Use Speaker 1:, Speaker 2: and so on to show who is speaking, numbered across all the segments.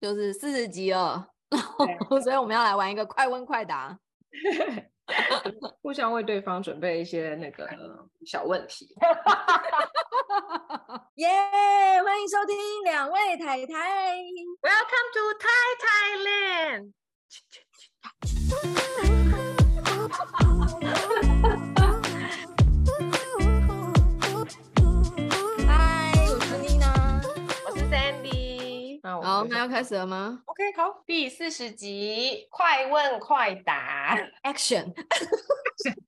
Speaker 1: 就是四十集了， 所以我们要来玩一个快问快答。
Speaker 2: 互相为对方准备一些那个小问题。
Speaker 1: 耶欢迎收听两位太太。
Speaker 3: Welcome to Thai Thailand。
Speaker 1: 嗨，我是妮娜。
Speaker 3: 我是 Sandy。
Speaker 2: 那我
Speaker 1: 好，
Speaker 2: 们
Speaker 1: 那要开始了吗
Speaker 3: OK，好，第四十集，快问快答。
Speaker 1: ？Action！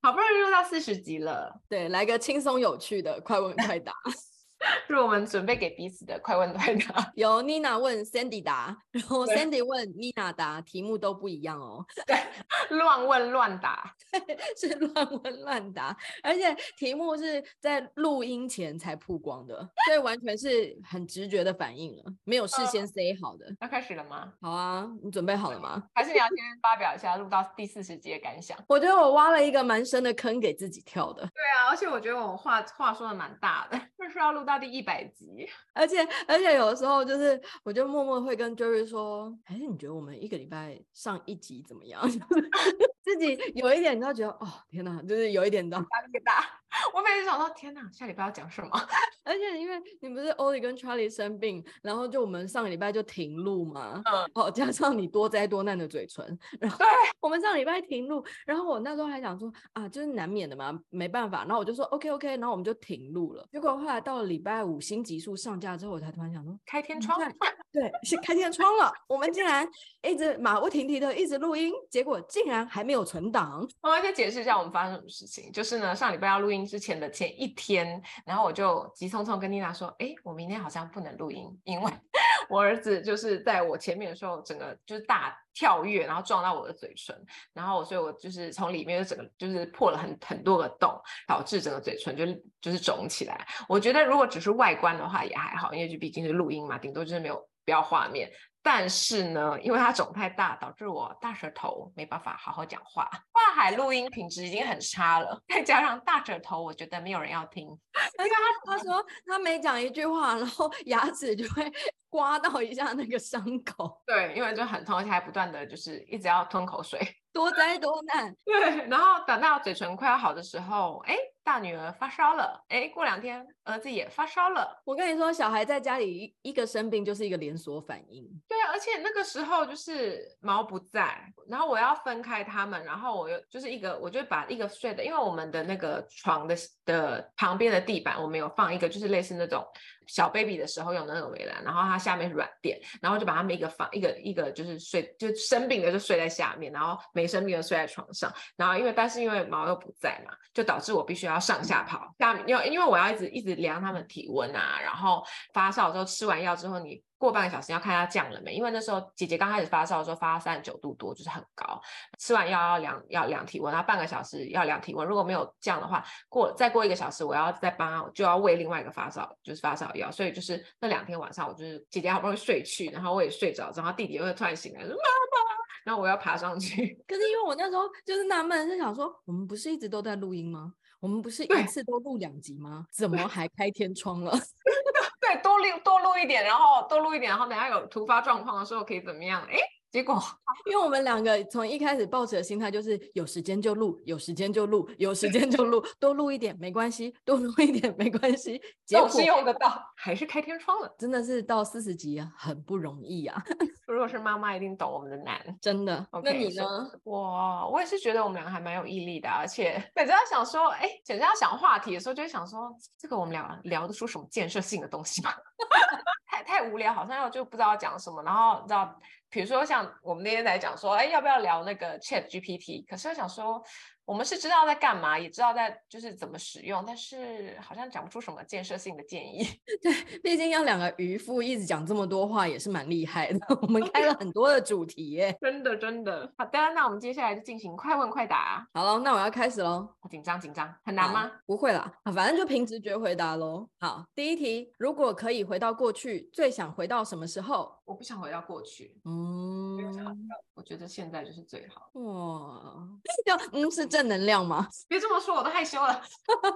Speaker 2: 好不容易录到四十集了，
Speaker 1: 对，来个轻松有趣的快问快答，
Speaker 2: 是我们准备给彼此的快问快答。
Speaker 1: 由 Nina 问 Sandy 答，然后
Speaker 2: 对
Speaker 1: Sandy 问 Nina 答，题目都不一样哦，
Speaker 2: 乱问乱答，
Speaker 1: 是乱问乱答，而且题目是在录音前才曝光的，所以完全是很直觉的反应了，没有事先 say 好的。
Speaker 2: 要开始了吗？
Speaker 1: 好啊，你准备好了吗？
Speaker 2: 还是你要 先发表一下录到第四十集的感想？
Speaker 1: 我觉得我挖了一个蛮深的坑给自己跳的，
Speaker 2: 对啊，而且我觉得我话话说的蛮大的，就是要录到第一百集。
Speaker 1: 而且而且有的时候就是，我就默默会跟 Jerry 说，还是你觉得我们一个礼拜上一集怎么样？ 就是自己有一点，你知道觉得哦天哪，就是有一点的。
Speaker 2: 压力大。 我每次想到，天哪，下礼拜要讲什么？
Speaker 1: 而且因为你不是 Ollie 跟 Charlie 生病，然后就我们上个礼拜就停录嘛，
Speaker 2: 嗯，
Speaker 1: 哦，加上你多灾多难的嘴唇，然后
Speaker 2: 对
Speaker 1: 我们上礼拜停录，然后我那时候还想说啊，就是难免的嘛，没办法，然后我就说 OK OK，然后我们就停录了。结果后来到了礼拜五新集数上架之后，我才突然想说，
Speaker 2: 开天窗
Speaker 1: 嗯对，对，是开天窗了，我们竟然一直马不停蹄的一直录音，结果竟然还没有存 档，
Speaker 2: 我要先解释一下我们发生什么事情。就是呢，上礼拜要录音之前的前一天，然后我就急匆匆跟妮娜说：“哎，我明天好像不能录音，因为 我儿子就是在我前面的时候，整个就是大跳跃，然后撞到我的嘴唇，然后所以我就是从里面就整个就是破了很很多个洞，导致整个嘴唇就就是肿起来。我觉得如果只是外观的话也还好，因为就毕竟是录音嘛，顶多就是没有不要画面。”但是呢，因为它肿太大，导致我大舌头没办法好好讲话。跨海录音品质已经很差了，再加上大舌头，我觉得没有人要听。
Speaker 1: 而且他他说他每讲一句话，然后牙齿就会刮到一下那个伤口，
Speaker 2: 对，因为就很痛，而且还不断的就是一直要吞口水。
Speaker 1: 多灾多难。
Speaker 2: 对，然后等到嘴唇快要好的时候，哎，大女儿发烧了，哎，过两天儿子也发烧了。
Speaker 1: 我跟你说，小孩在家里一一个生病就是一个连锁反应，
Speaker 2: 对啊，而且那个时候就是毛不在，然后我要分开他们，然后我又就是一个，我就把一个睡的，因为我们的那个床的的旁边的地板，我们有放一个就是类似那种小 baby 的时候用的那个围栏，然后它下面是软垫，然后就把他们一个放一个一个就是睡，就生病的就睡在下面，然后没生病的睡在床上。然后因为但是因为毛又不在嘛，就导致我必须要上下跑，下面因为因为我要一直一直量他们体温啊，然后发烧的时候吃完药之后你。过半个小时要看它降了没，因为那时候姐姐刚开始发烧的时候发到三十九度多，就是很高。吃完药要量要量体温，然后半个小时要量体温，如果没有降的话，过再过一个小时，我要再帮他就要喂另外一个发烧，就是发烧药，所以就是那两天晚上，我就是姐姐好不容易睡去，然后我也睡着，然后弟弟又突然醒来说妈妈，然后我要爬上去，
Speaker 1: 可是因为我那时候就是纳闷，是想说我们不是一直都在录音吗？我们不是
Speaker 2: 对
Speaker 1: 一次都录两集吗？怎么还开天窗了？
Speaker 2: 对，多录多录一点，然后多录一点，然后等下有突发状况的时候可以怎么样？哎，结果
Speaker 1: 因为我们两个从一开始抱持的心态就是有时间就录，有时间就录，有时间就录，多录一点没关系，多录一点没关系。结
Speaker 2: 总
Speaker 1: 果
Speaker 2: 是用得到，还是开天窗了。
Speaker 1: 真的是到四十集啊，很不容易啊，
Speaker 2: 如果是妈妈，一定懂我们的难。
Speaker 1: 真的。那
Speaker 2: OK，
Speaker 1: 你
Speaker 2: 所以
Speaker 1: 呢？
Speaker 2: 我我也是觉得我们两个还蛮有毅力的啊、而且每次要想说，哎，简直要想话题的时候，就会想说，这个我们俩聊得出什么建设性的东西吗？ 太太无聊，好像又就不知道讲什么。然后你知道，比如说像我们那天在讲说，哎，要不要聊那个 Chat GPT？可是又想说，我们是知道在干嘛，也知道在就是怎么使用，但是好像讲不出什么建设性的建议。
Speaker 1: 毕竟要两个渔夫一直讲这么多话，也是蛮厉害的。 我们开了很多的主题耶。
Speaker 2: 真的，真的。好的，那我们接下来就进行快问快答。
Speaker 1: 好了，那我要开始喽。
Speaker 2: 好紧张，紧张，很难
Speaker 1: 好
Speaker 2: 吗？？
Speaker 1: 不会啦，啊反正就凭直觉回答喽。好，第一题，如果可以回到过去，最想回到什么时候？
Speaker 2: 我不想回到过去，
Speaker 1: 嗯，
Speaker 2: 我我觉得现在就是最好的。
Speaker 1: 哇， 要嗯是正能量吗？
Speaker 2: 别这么说，我都害羞了。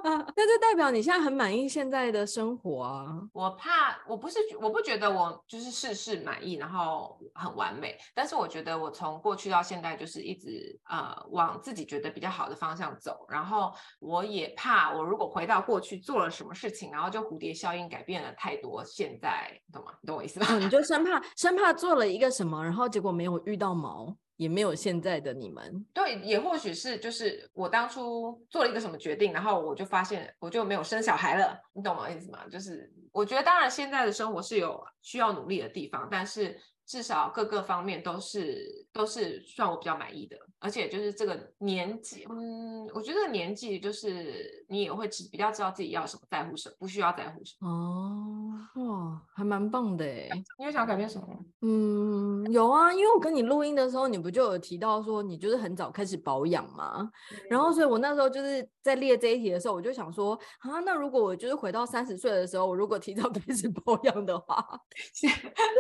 Speaker 1: 那就代表你现在很满意现在的生活啊。
Speaker 2: 我怕我不是觉我不觉得我就是事事满意，然后很完美，但是我觉得我从过去到现在就是一直呃往自己觉得比较好的方向走，然后我也怕我如果回到过去做了什么事情，然后就蝴蝶效应改变了太多，现在懂吗？你懂我意思吧？
Speaker 1: 哦，你就生怕生怕做了一个什么，然后结果没有遇到毛，也没有现在的你们。
Speaker 2: 对，也或许是就是我当初做了一个什么决定，然后我就发现我就没有生小孩了，你懂我意思吗？就是我觉得当然现在的生活是有需要努力的地方，但是至少各个方面都是都是算我比较满意的，而且就是这个年纪，嗯，我觉得年纪就是你也会知比较知道自己要什么，在乎什么，不需要在乎什么。
Speaker 1: 哦，哇，还蛮棒的哎。
Speaker 2: 你有想要改变什么 吗？
Speaker 1: 嗯，有啊，因为我跟你录音的时候，你不就有提到说你就是很早开始保养吗？然后，所以我那时候就是在列这一题的时候，我就想说啊，那如果我就是回到三十岁的时候，我如果提早开始保养的 话，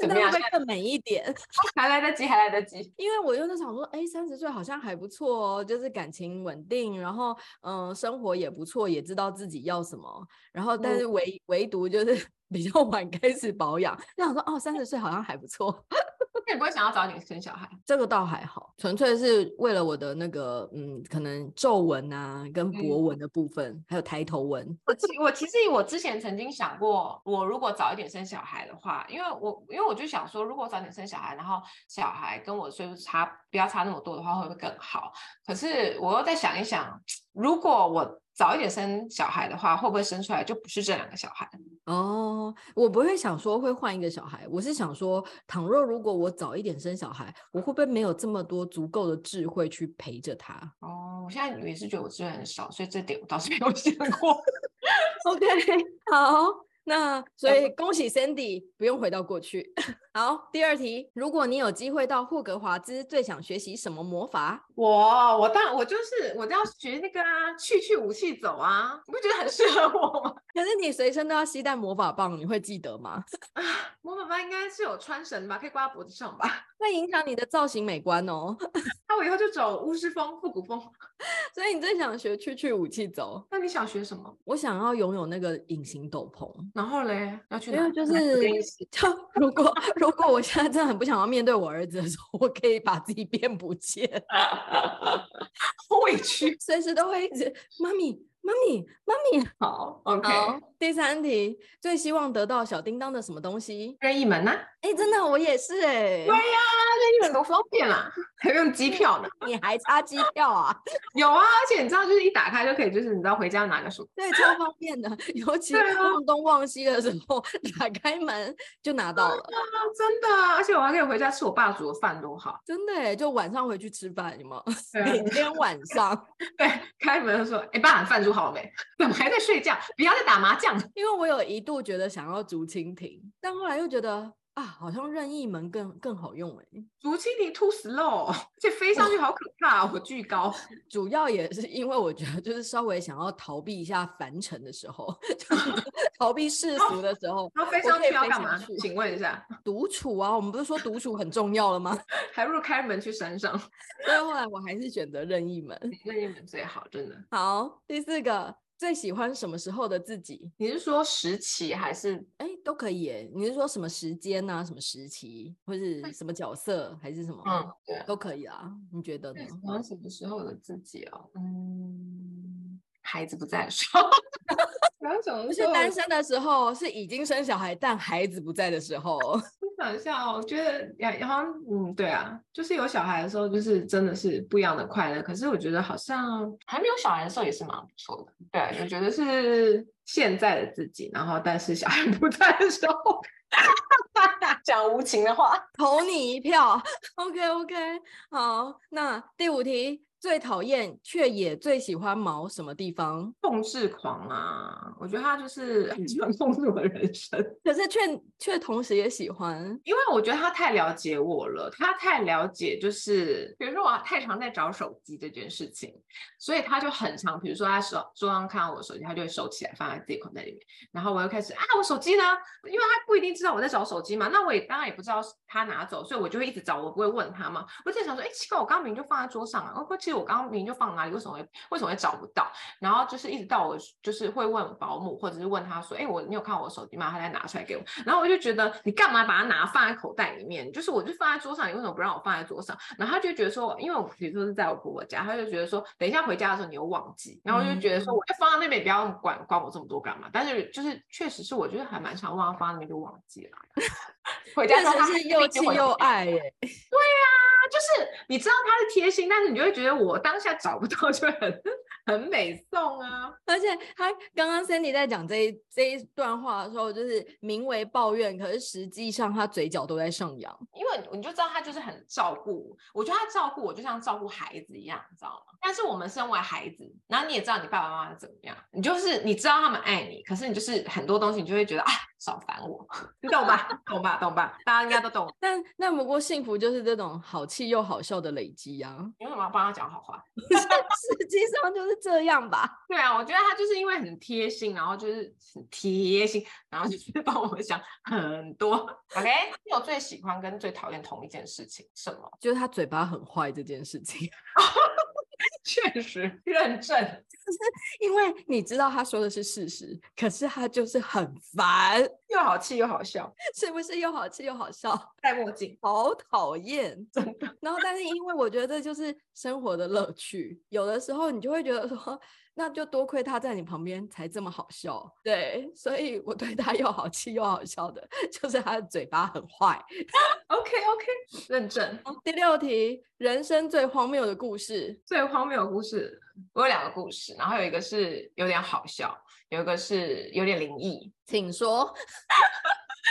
Speaker 2: 怎
Speaker 1: 那
Speaker 2: 么
Speaker 1: 会
Speaker 2: 样
Speaker 1: 不？会更美一点？
Speaker 2: 还来得及，还来得及。
Speaker 1: 因为我就在想说，哎，三十岁好像还不错哦，就是感情稳定，然后嗯、呃生活也不错，也知道自己要什么。然后，但
Speaker 2: 嗯
Speaker 1: 是唯、唯独就是 比较晚开始保养，就想说哦，三十岁好像还不错，
Speaker 2: 那你不会想要早点生小孩？
Speaker 1: 这个倒还好，纯粹是为了我的那个嗯，可能皱纹啊跟脖纹的部分，还有抬头纹。
Speaker 2: 我其我其实我之前曾经想过，我如果早一点生小孩的话，因为我因为我就想说，如果早点生小孩，然后小孩跟我岁数差不要差那么多的话，会不会更好？可是我又再想一想，如果我早一点生小孩的话，会不会生出来就不是这两个小孩？
Speaker 1: 哦，我不会想说会换一个小孩，我是想说，倘若如果我早一点生小孩，我会不会没有这么多足够的智慧去陪着他？
Speaker 2: 哦，我现在也是觉得我资源很少，所以这点我倒是没有 想过。
Speaker 1: OK，好，那所
Speaker 2: 然
Speaker 1: 以恭喜 Sandy 不用回到过去。 好，第二题，如果你有机会到霍格华兹，最想学习什么魔法？
Speaker 2: 我我当我就是我要学那个啊，去去武器走啊，你不觉得很适合我吗？
Speaker 1: 可是你随身都要携带魔法棒，你会记得吗？
Speaker 2: 我爸爸应该是有穿绳吧，可以挂在脖子上吧。
Speaker 1: 会影响你的造型美观哦。
Speaker 2: 那我以后就走巫师风、复古风。
Speaker 1: 所以你最想学去去武器走？
Speaker 2: 那你想学什么？
Speaker 1: 我想要拥有那个隐形斗篷。
Speaker 2: 然后嘞，要去
Speaker 1: 没
Speaker 2: 哪？
Speaker 1: 有，就
Speaker 2: 哪个
Speaker 1: 是
Speaker 2: 练习
Speaker 1: 就如果如果我现在真的很不想要面对我儿子的时候，我可以把自己变不见。
Speaker 2: 好委屈。
Speaker 1: 随时都会一直妈咪妈咪妈咪。
Speaker 2: 好，OK。
Speaker 1: 好，第三题，最希望得到小叮当的什么东西？
Speaker 2: 任意门呢、
Speaker 1: 哎，真的，我也是哎、
Speaker 2: 对啊呀、任意门多方便啊， 还用
Speaker 1: 嗯
Speaker 2: 机票呢。
Speaker 1: 你还差机票啊？
Speaker 2: 有啊，而且你知道，就是一打开就可以，就是你知道回家拿个什么。
Speaker 1: 对，超方便的， 尤其
Speaker 2: 对啊
Speaker 1: 忘东忘西的时候，打开门就拿到了，
Speaker 2: 啊，真的啊，而且我还可以回家吃我爸煮的饭，多好。
Speaker 1: 真的哎，就晚上回去吃饭，有吗？
Speaker 2: 对啊
Speaker 1: 每天晚上，
Speaker 2: 对，开门就说：“哎、爸，你饭煮好了没？ 怎么还在睡觉？不要再打麻将了。
Speaker 1: 因为我有一度觉得想要竹蜻蜓，但后来又觉得啊，好像任意门更更好用哎。
Speaker 2: 竹蜻蜓 too slow，而且飞上去好可怕、哦，我巨高。
Speaker 1: 主要也是因为我觉得，就是稍微想要逃避一下凡尘的时候， 就是逃避世俗的时候，
Speaker 2: 然后飞
Speaker 1: 我
Speaker 2: 上
Speaker 1: 可以
Speaker 2: 去要
Speaker 1: 飞
Speaker 2: 干
Speaker 1: 上
Speaker 2: 嘛
Speaker 1: 去？
Speaker 2: 请问一下，
Speaker 1: 独处啊，我们不是说独处很重要了吗？
Speaker 2: 还不如开门去山上。
Speaker 1: 所以后来我还是选择任意门。
Speaker 2: 任意门最好，真的。
Speaker 1: 好，第四个，最喜欢什么时候的自己？
Speaker 2: 你是说时期还是
Speaker 1: 哎，都可以耶。你是说什么时间啊，什么时期，或是什么角色，还是什么？
Speaker 2: 嗯，对啊，
Speaker 1: 都可以啊。你觉得呢
Speaker 2: 最？喜欢什么时候的自己哦？嗯，孩子不在的时候， 然后什么
Speaker 1: 不是
Speaker 2: 时候？
Speaker 1: 单身的时候，是已经生小孩但孩子不在的时候。
Speaker 2: 我想一下哦，我觉得呀，好像嗯，对啊，就是有小孩的时候，就是真的是不一样的快乐。可是我觉得好像还没有小孩的时候也是蛮不错的。对，我觉得是现在的自己，然后但是小孩不在的时候， 讲无情的话。
Speaker 1: 投你一票。OK OK，好，那第五题，最讨厌却也最喜欢毛什么地方？
Speaker 2: 控制狂啊，我觉得他就是很喜欢控制我的人生，
Speaker 1: 可是却却同时也喜欢。
Speaker 2: 因为我觉得他太了解我了，他太了解，就是比如说我太常在找手机这件事情，所以他就很常，比如说他手桌上看到我的手机，他就会收起来放在自己口袋里面，然后我又开始啊，我手机呢？因为他不一定知道我在找手机嘛，那我也当然也不知道他拿走，所以我就会一直找，我不会问他嘛。我就在想说，哎、奇怪，我刚刚明明就放在桌上啊，哦不，其实我刚刚明明就放哪里，为什么会为什么会找不到？然后就是一直到我就是会问保姆，或者是问他说，哎、我你有看我手机吗？他才拿出来给我。然后我就觉得你干嘛把它拿放在口袋里面？就是我就放在桌上，你为什么不让我放在桌上？然后他就觉得说，因为我比如说是在我婆婆家，他就觉得说，等一下回家的时候你又忘记，然后我就觉得
Speaker 1: 嗯
Speaker 2: 说，我就放在那边，不要管管我这么多干嘛？但是就是确实是，我觉得还蛮常忘，放在那边就忘记了。 回家
Speaker 1: 但
Speaker 2: 之后他
Speaker 1: 是
Speaker 2: 还
Speaker 1: 是又
Speaker 2: 一直
Speaker 1: 气
Speaker 2: 回
Speaker 1: 又
Speaker 2: 家
Speaker 1: 爱耶，
Speaker 2: 啊就是你知道他是贴心，但是你就会觉得我当下找不到，就会很 很美送啊。
Speaker 1: 而且他刚刚 Sandy 在讲这一这一段话的时候，就是名为抱怨，可是实际上他嘴角都在上扬。
Speaker 2: 因为你就知道他就是很照顾我，我觉得他照顾我就像照顾孩子一样，你知道吗？但是我们身为孩子，然后你也知道你爸爸妈妈怎么样，你就是你知道他们爱你，可是你就是很多东西你就会觉得啊，少烦我， 你懂吧？懂吧？懂吧？大家应该都懂。
Speaker 1: 但但不过幸福就是这种好气又好笑的累积啊，
Speaker 2: 你为什么要帮他讲好话？
Speaker 1: 实际上就是这样吧。
Speaker 2: 对啊，我觉得他就是因为很贴心，然后就是很贴心，然后就是帮我想很多。
Speaker 3: OK，
Speaker 2: 你有最喜欢跟最讨厌同一件事情什么？
Speaker 1: 就是他嘴巴很坏这件事情，
Speaker 2: 确实认证。
Speaker 1: 因为你知道他说的是事实，可是他就是很烦，
Speaker 2: 又好气又好笑，
Speaker 1: 是不是又好气又好笑？
Speaker 2: 戴墨镜。
Speaker 1: 好讨厌，真的。然后，但是因为我觉得这就是生活的乐趣，有的时候你就会觉得说，那就多亏他在你旁边才这么好笑。对，所以我对他又好气又好笑的， 就是他的嘴巴很坏。
Speaker 2: OK OK，认证。
Speaker 1: 好第六题，人生最荒谬的故事，
Speaker 2: 最荒谬的故事，我有两个故事，然后有一个是有点好笑，有一个是有点灵异。
Speaker 1: 请说，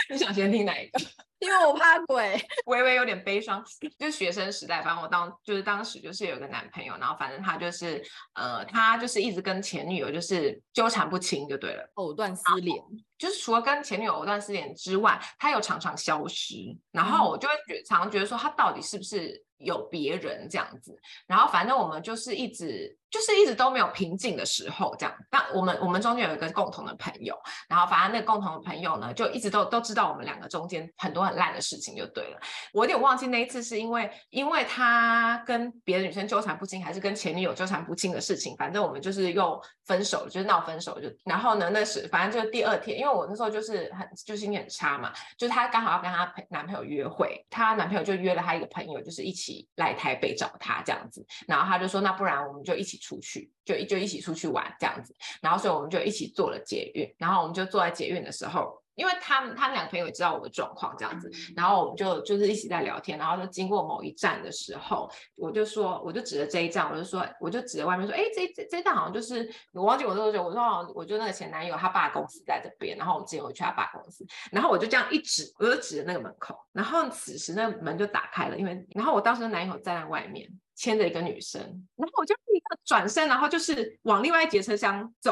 Speaker 2: 你想先听哪一个？
Speaker 1: 因为我怕鬼。
Speaker 2: 微微有点悲伤，就是学生时代，反正我当就是当时就是有一个男朋友，然后反正他就是呃，他就是一直跟前女友就是纠缠不清就对了。
Speaker 1: 藕断丝连，
Speaker 2: 就是除了跟前女友藕断丝连之外，他有常常消失，然后我就会觉常常觉得说他到底是不是有别人这样子，然后反正我们就是一直就是一直都没有平静的时候这样。那我们我们中间有一个共同的朋友，然后反正那个共同的朋友呢，就一直都都知道我们两个中间很多很烂的事情就对了。我有点忘记那一次是因为因为他跟别的女生纠缠不清，还是跟前女友纠缠不清的事情，反正我们就是又分手，就是闹分手就。然后呢，那是反正就是第二天，因为我那时候就是很就心情很差嘛，就是她刚好要跟她朋男朋友约会，她男朋友就约了她一个朋友，就是一起来台北找她这样子。然后她就说，那不然我们就一起出去，就就一起出去玩这样子。然后所以我们就一起坐了捷运，然后我们就坐在捷运的时候。因为他们他们两个朋友也知道我的状况这样子，然后我们就就是一起在聊天，然后就经过某一站的时候，我就说，我就指着这一站，我就说，我就指着外面说，哎，这这这一站好像就是我忘记我多久，我说好像我就那个前男友他爸公司在这边，然后我们之前有去他爸公司，然后我就这样一指，我就指着那个门口，然后此时那门就打开了，因为然后我当时的男友站在外面牵着一个女生，然后我就立刻转身，然后就是往另外一节车厢走，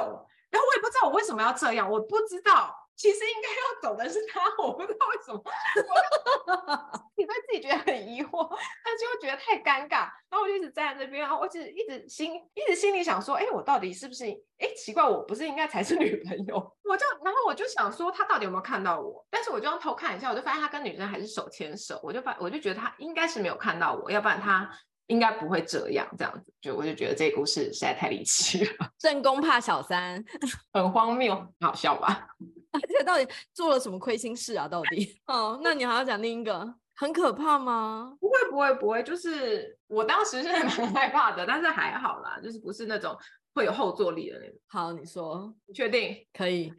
Speaker 2: 然后我也不知道我为什么要这样，我不知道。其实应该要走的是他，我不知道为什么，你会自己觉得很疑惑，但是又觉得太尴尬，然后我就一直站在那边，然后我就一直心一直心里想说，哎，我到底是不是？哎，奇怪，我不是应该才是女朋友？ 我就然后我就想说，他到底有没有看到我？但是我就用偷看一下，我就发现他跟女生还是手牵手，我就发我就觉得他应该是没有看到我，要不然他应该不会这样这样子。就我就觉得这个故事实在太离奇了，
Speaker 1: 正宫怕小三，
Speaker 2: 很荒谬，很好笑吧？
Speaker 1: 这到底做了什么亏心事啊？到底？ 哦，那你还要讲另一个，很可怕吗？
Speaker 2: 不会不会不会，就是我当时是 还蛮害怕的，但是还好啦，就是不是那种会有后坐力的那种。
Speaker 1: 好，你说
Speaker 2: 你确定？
Speaker 1: 可以。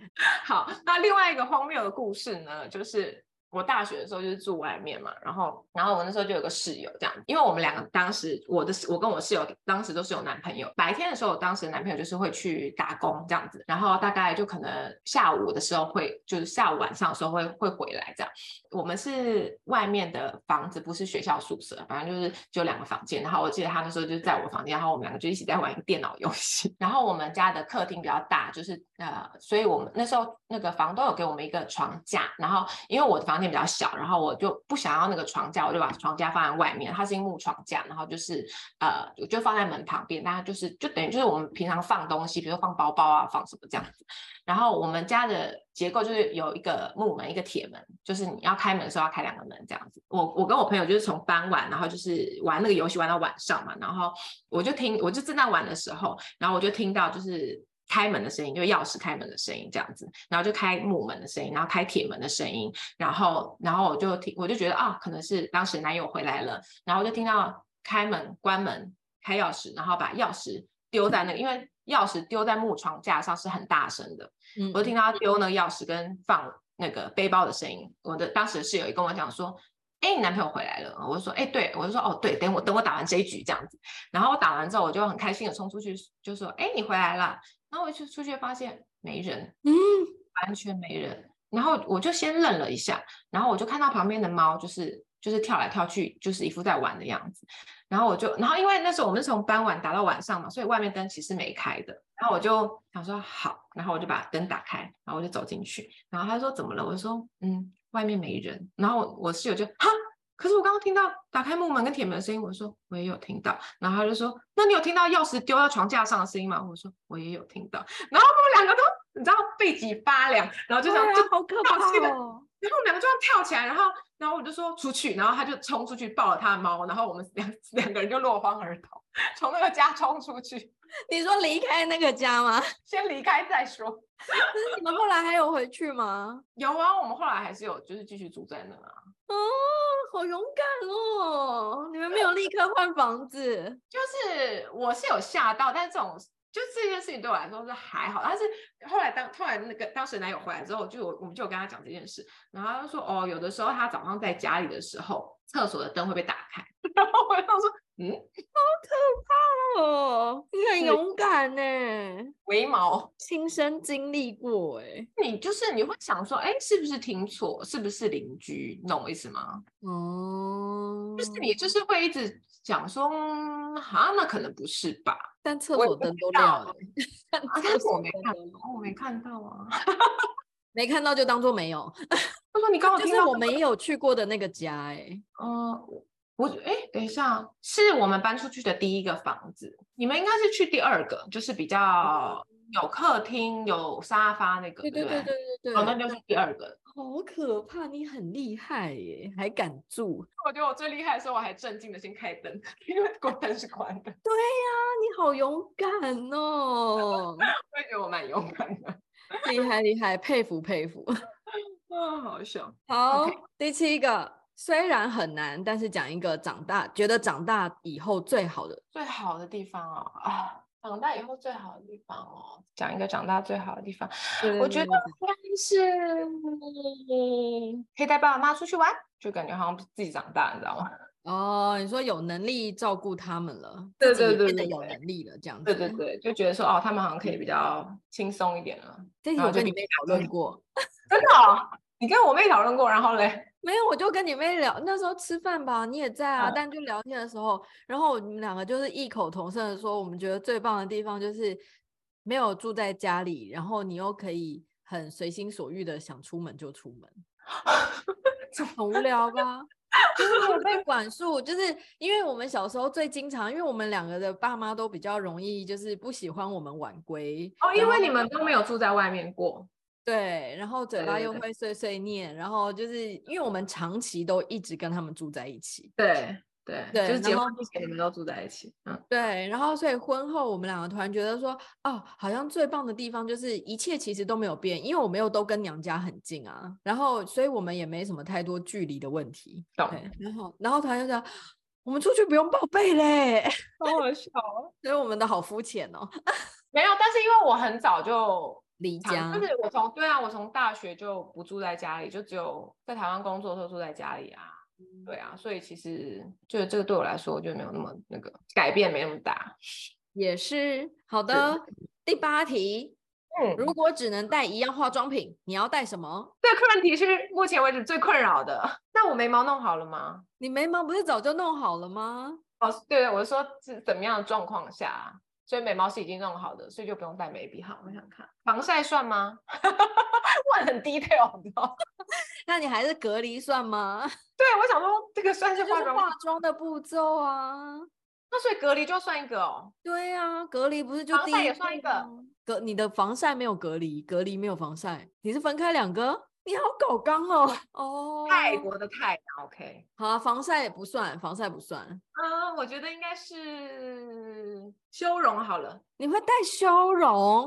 Speaker 2: 好，那另外一个荒谬的故事呢，就是。我大学的时候就是住外面嘛，然后然后我那时候就有个室友这样，因为我们两个当时我的室我跟我室友当时都是有男朋友，白天的时候我当时的男朋友就是会去打工这样子，然后大概就可能下午的时候会就是下午晚上的时候会会回来这样。我们是外面的房子，不是学校宿舍，反正就是只有两个房间。然后我记得他那时候就是在我房间，然后我们两个就一起在玩电脑游戏。 然后我们家的客厅比较大，就是呃，所以我们那时候那个房东有给我们一个床架，然后因为我的房间比较小，然后我就不想要那个床架，我就把床架放在外面，它是一木床架，然后就是呃，我就放在门旁边，大家就是就等于就是我们平常放东西，比如说放包包啊，放什么这样子。然后我们家的结构就是有一个木门，一个铁门，就是你要开门的时候要开两个门这样子。我我跟我朋友就是从傍晚，然后就是玩那个游戏玩到晚上嘛，然后我就听，我就正在玩的时候，然后我就听到就是开门的声音，就是钥匙开门的声音这样子，然后就开木门的声音，然后开铁门的声音，然后然后我就听，我就觉得啊，可能是当时男友回来了，然后我就听到开门、关门、开钥匙，然后把钥匙丢在那个，因为钥匙丢在木床架上是很大声的。
Speaker 1: 嗯
Speaker 2: 我就听到他丢那个钥匙跟放那个背包的声音。我的当时的室友也跟我讲说：“哎、你男朋友回来了。”我就说：“哎、对。”我就说：“哦，对，等我等我打完这一局这样子。”然后我打完之后，我就很开心的冲出去，就说：“哎、你回来了。”然后我就出去发现没人，
Speaker 1: 嗯，
Speaker 2: 完全没人。然后我就先愣了一下，然后我就看到旁边的猫就是就是跳来跳去，就是一副在玩的样子。然后我就，然后因为那时候我们是从傍晚打到晚上嘛，所以外面灯其实没开的。然后我就想说好，然后我就把灯打开，然后我就走进去。然后他说怎么了？我就说嗯，外面没人。然后我我室友就哈，可是我刚刚听到打开木门跟铁门的声音。我说我也有听到。然后他就说那你有听到钥匙丢到床架上的声音吗？我说我也有听到。然后我们两个都你知道背脊发凉，然后就
Speaker 1: 对
Speaker 2: 想、
Speaker 1: 啊
Speaker 2: 就，
Speaker 1: 好可
Speaker 2: 跳
Speaker 1: 怕
Speaker 2: 起来
Speaker 1: 哦！
Speaker 2: 然后我们两个就这样跳起来，然后然后我就说出去，然后他就冲出去抱了他的猫，然后我们两 两个人就落荒而逃，从那个家冲出去，
Speaker 1: 你说离开那个家吗？
Speaker 2: 先离开再说。
Speaker 1: 可是你们后来还有回去吗？
Speaker 2: 有啊，我们后来还是有就是继续住在那啊，
Speaker 1: 哦， 好勇敢哦！你们没有立刻换房 子，
Speaker 2: 就是我是有吓到，但是这种。就这件事情对我来说是还好，但是后来当后来那个当时男友回来之后，就我我们就有跟他讲这件事，然后他就说哦，有的时候他早上在家里的时候，厕所的灯会被打开， 然后我就说嗯，
Speaker 1: 哦，你很
Speaker 2: 是
Speaker 1: 勇敢呢，欸
Speaker 2: 为毛？
Speaker 1: 亲身经历过哎。
Speaker 2: 你就是你会想说，哎，是不是听错？是不是邻居？你懂我意思吗？
Speaker 1: 哦，
Speaker 2: 就是你就是会一直想说，嗯啊，那可能不是吧？
Speaker 1: 但厕
Speaker 2: 我也
Speaker 1: 所
Speaker 2: 不
Speaker 1: 灯
Speaker 2: 知
Speaker 1: 都
Speaker 2: 道
Speaker 1: 亮了， 但
Speaker 2: 啊，
Speaker 1: 厕
Speaker 2: 但是
Speaker 1: 所
Speaker 2: 我没
Speaker 1: 灯都
Speaker 2: 看到
Speaker 1: 亮，
Speaker 2: 我没看到啊。
Speaker 1: 没看到就当做没有。
Speaker 2: 他说你刚好
Speaker 1: 就
Speaker 2: 哦听
Speaker 1: 是
Speaker 2: 到，
Speaker 1: 我们也有去过的那个家哎，
Speaker 2: 呃，我哎，等一下，是我们搬出去的第一个房子，你们应该是去第二个，就是比较有客厅、有沙发那个，
Speaker 1: 对
Speaker 2: 不
Speaker 1: 对对对对
Speaker 2: 哦，那
Speaker 1: 对，
Speaker 2: 就是第二个。
Speaker 1: 好可怕！你很厉害耶，还敢住？
Speaker 2: 我觉得我最厉害的时候，我还镇静的先开灯， 因为果灯是关的。
Speaker 1: 啊，你好勇敢哦，
Speaker 2: 我也觉得我蛮勇敢的。
Speaker 1: 厉害厉害，佩服佩服。
Speaker 2: 啊，好笑。
Speaker 1: 好
Speaker 2: OK
Speaker 1: 第七个虽然很难，但是讲一个长大觉得长大以后最好的，
Speaker 2: 最好的地方哦啊，长大以后最好的地方哦，讲一个长大最好的地方，我觉得应该是可以带爸爸妈妈出去玩，就感觉好像自己长大，你知道吗？
Speaker 1: 哦，你说有能力照顾他们了，
Speaker 2: 对
Speaker 1: 自己也
Speaker 2: 对对
Speaker 1: 变得
Speaker 2: 对
Speaker 1: 有
Speaker 2: 对
Speaker 1: 能力了，这样子。
Speaker 2: 对对对，就觉得说哦，他们好像可以比较轻松一点了。
Speaker 1: 这题
Speaker 2: 然后
Speaker 1: 我
Speaker 2: 就
Speaker 1: 跟你
Speaker 2: 比
Speaker 1: 妹
Speaker 2: 较
Speaker 1: 讨
Speaker 2: 多
Speaker 1: 论过，
Speaker 2: 真的哦、你跟我妹讨论过，然后嘞，
Speaker 1: 没有，我就跟你妹聊，那时候吃饭吧，你也在啊，
Speaker 2: 嗯
Speaker 1: 但就聊天的时候，然后我们两个就是异口同声的说，我们觉得最棒的地方就是没有住在家里，然后你又可以很随心所欲的想出门就出 门，很无聊吧？就是没有被管束，就是因为我们小时候最经常，因为我们两个的爸妈都比较容易，就是不喜欢我们晚归
Speaker 2: 哦，因
Speaker 1: 然
Speaker 2: 为
Speaker 1: 后
Speaker 2: 你们都没有住在外面过，
Speaker 1: 对，然后嘴
Speaker 2: 对
Speaker 1: 巴
Speaker 2: 对
Speaker 1: 又
Speaker 2: 对
Speaker 1: 会碎碎念，然后就是因为我们长期都一直跟他们住在一起，
Speaker 2: 对对
Speaker 1: 对
Speaker 2: 就是结
Speaker 1: 然后
Speaker 2: 婚之前你们都住在一起，嗯，
Speaker 1: 对，然后所以婚后我们两个突然觉得说，哦，好像最棒的地方就是一切其实都没有变，因为我们又都跟娘家很近啊，然后所以我们也没什么太多距离的问题。
Speaker 2: 懂，
Speaker 1: 对，然后然后突然就讲，我们出去不用报备嘞，
Speaker 2: 好好笑哦。
Speaker 1: 所以我们的好肤浅哦。
Speaker 2: 没有，但是因为我很早就
Speaker 1: 你离
Speaker 2: 常
Speaker 1: 家
Speaker 2: 就，是我从对啊，我从大学就不住在家里，就只有在台湾工作的时候住在家里啊。
Speaker 1: 嗯
Speaker 2: 对啊，所以其实就是这个对我来说，我觉得没有那么那个改变没那么大。
Speaker 1: 也是好的。第八题，
Speaker 2: 嗯，
Speaker 1: 如果只能带一样化妆品，你要带什么？
Speaker 2: 这个问题是目前为止最困扰的。 那我眉毛弄好了吗？
Speaker 1: 你眉毛不是早就弄好了吗？
Speaker 2: 哦，对对，我是说是怎么样的状况下啊、所以眉毛是已经弄好的，所以就不用带眉笔。好，我想看防晒算吗？ 问很 detail 的哦。
Speaker 1: 那你还是隔离算吗？
Speaker 2: 对，我想说这个算是
Speaker 1: 这就
Speaker 2: 化
Speaker 1: 是
Speaker 2: 妆
Speaker 1: 化
Speaker 2: 吗，
Speaker 1: 妆的步骤啊。
Speaker 2: 那所以隔离就算一个哦。
Speaker 1: 对啊，隔离不是就
Speaker 2: 防
Speaker 1: 第
Speaker 2: 晒
Speaker 1: 一
Speaker 2: 也算一
Speaker 1: 步吗隔你的防晒没有隔离，隔离没有防晒，你是分开两个。你好搞刚哦哦，
Speaker 2: 泰国的泰，OK。
Speaker 1: 好啊，防晒也不算，防晒不算。
Speaker 2: 嗯，我觉得应该是修容好了，
Speaker 1: 你会带修容，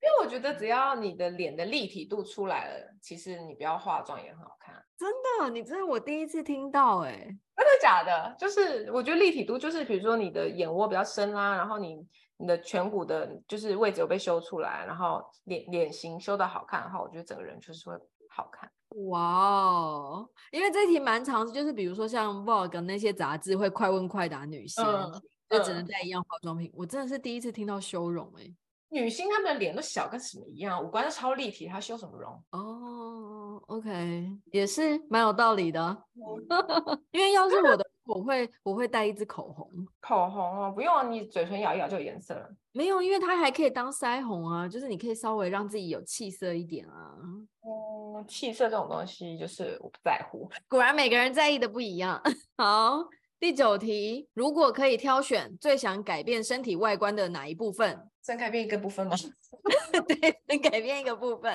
Speaker 2: 因为我觉得只要你的脸的立体度出来了，其实你不要化妆也很好看。
Speaker 1: 真的，你这是我第一次听到哎、
Speaker 2: 真的假的？就是我觉得立体度就是，比如说你的眼窝比较深啦、然后你你的颧骨的，就是位置有被修出来，然后脸脸型修的好看的话，我觉得整个人就是会好看。
Speaker 1: 哇哦，因为这题蛮长，就是比如说像 Vogue 那些杂志会快问快答女星，
Speaker 2: 嗯
Speaker 1: 就只能
Speaker 2: 嗯
Speaker 1: 带一样化妆品。我真的是第一次听到修容哎、
Speaker 2: 女星她们的脸都小跟什么一样，五官都超立体，她修什么容？
Speaker 1: 哦，OK，也嗯是蛮有道理的。啊 因为要是我的，我会我会带一支口红，
Speaker 2: 口红哦，不用，你嘴唇咬一咬就有颜色了。
Speaker 1: 没有，因为它还可以当腮红啊，就是你可以稍微让自己有气色一点啊。
Speaker 2: 嗯，气色这种东西就是我不在乎。
Speaker 1: 果然每个人在意的不一样。 好，第九题，如果可以挑选最想改变身体外观的哪一部分？
Speaker 2: 睁开变一个部分吗？
Speaker 1: 对，能改变一个部分。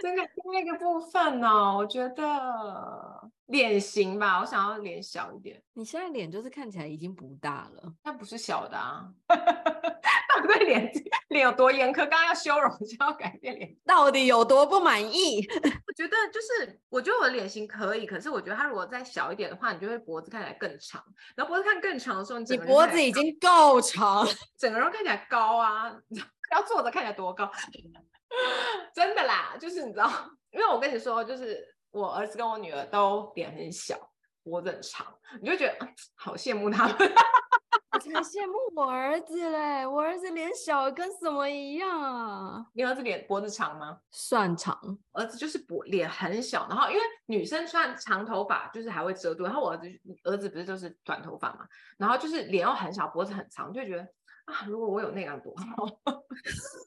Speaker 2: 睁开变一个部分呢、我觉得脸型吧，我想要脸小一点。
Speaker 1: 你现在脸就是看起来已经不大了，
Speaker 2: 那不是小的啊， 到底对脸脸有多严苛？刚刚要修容就要改变脸，
Speaker 1: 到底有多不满意？
Speaker 2: 我觉得就是，我觉得我的脸型可以，可是我觉得它如果再小一点的话，你就会脖子看起来更长，然后脖子看更长的时候，你整
Speaker 1: 你
Speaker 2: 个人
Speaker 1: 脖
Speaker 2: 看起
Speaker 1: 子
Speaker 2: 来
Speaker 1: 已经够长，
Speaker 2: 整个人看起来高啊， 你知道要坐着看起来多高，嗯真的啦，就是你知道， 因为我跟你说，就是我儿子跟我女儿都脸很小，脖子很长，你就觉得嗯好羡慕他们。
Speaker 1: 我才羡慕我儿子嘞，我儿子脸小得跟什么一样啊？
Speaker 2: 你儿子脸脖子长吗？
Speaker 1: 算长，
Speaker 2: 儿子就是脖脸很小，然后因为女生穿长头发就是还会遮住，然后我儿子儿子不是就是短头发嘛，然后就是脸又很小，脖子很长，就会觉得啊，如果我有那样多 好，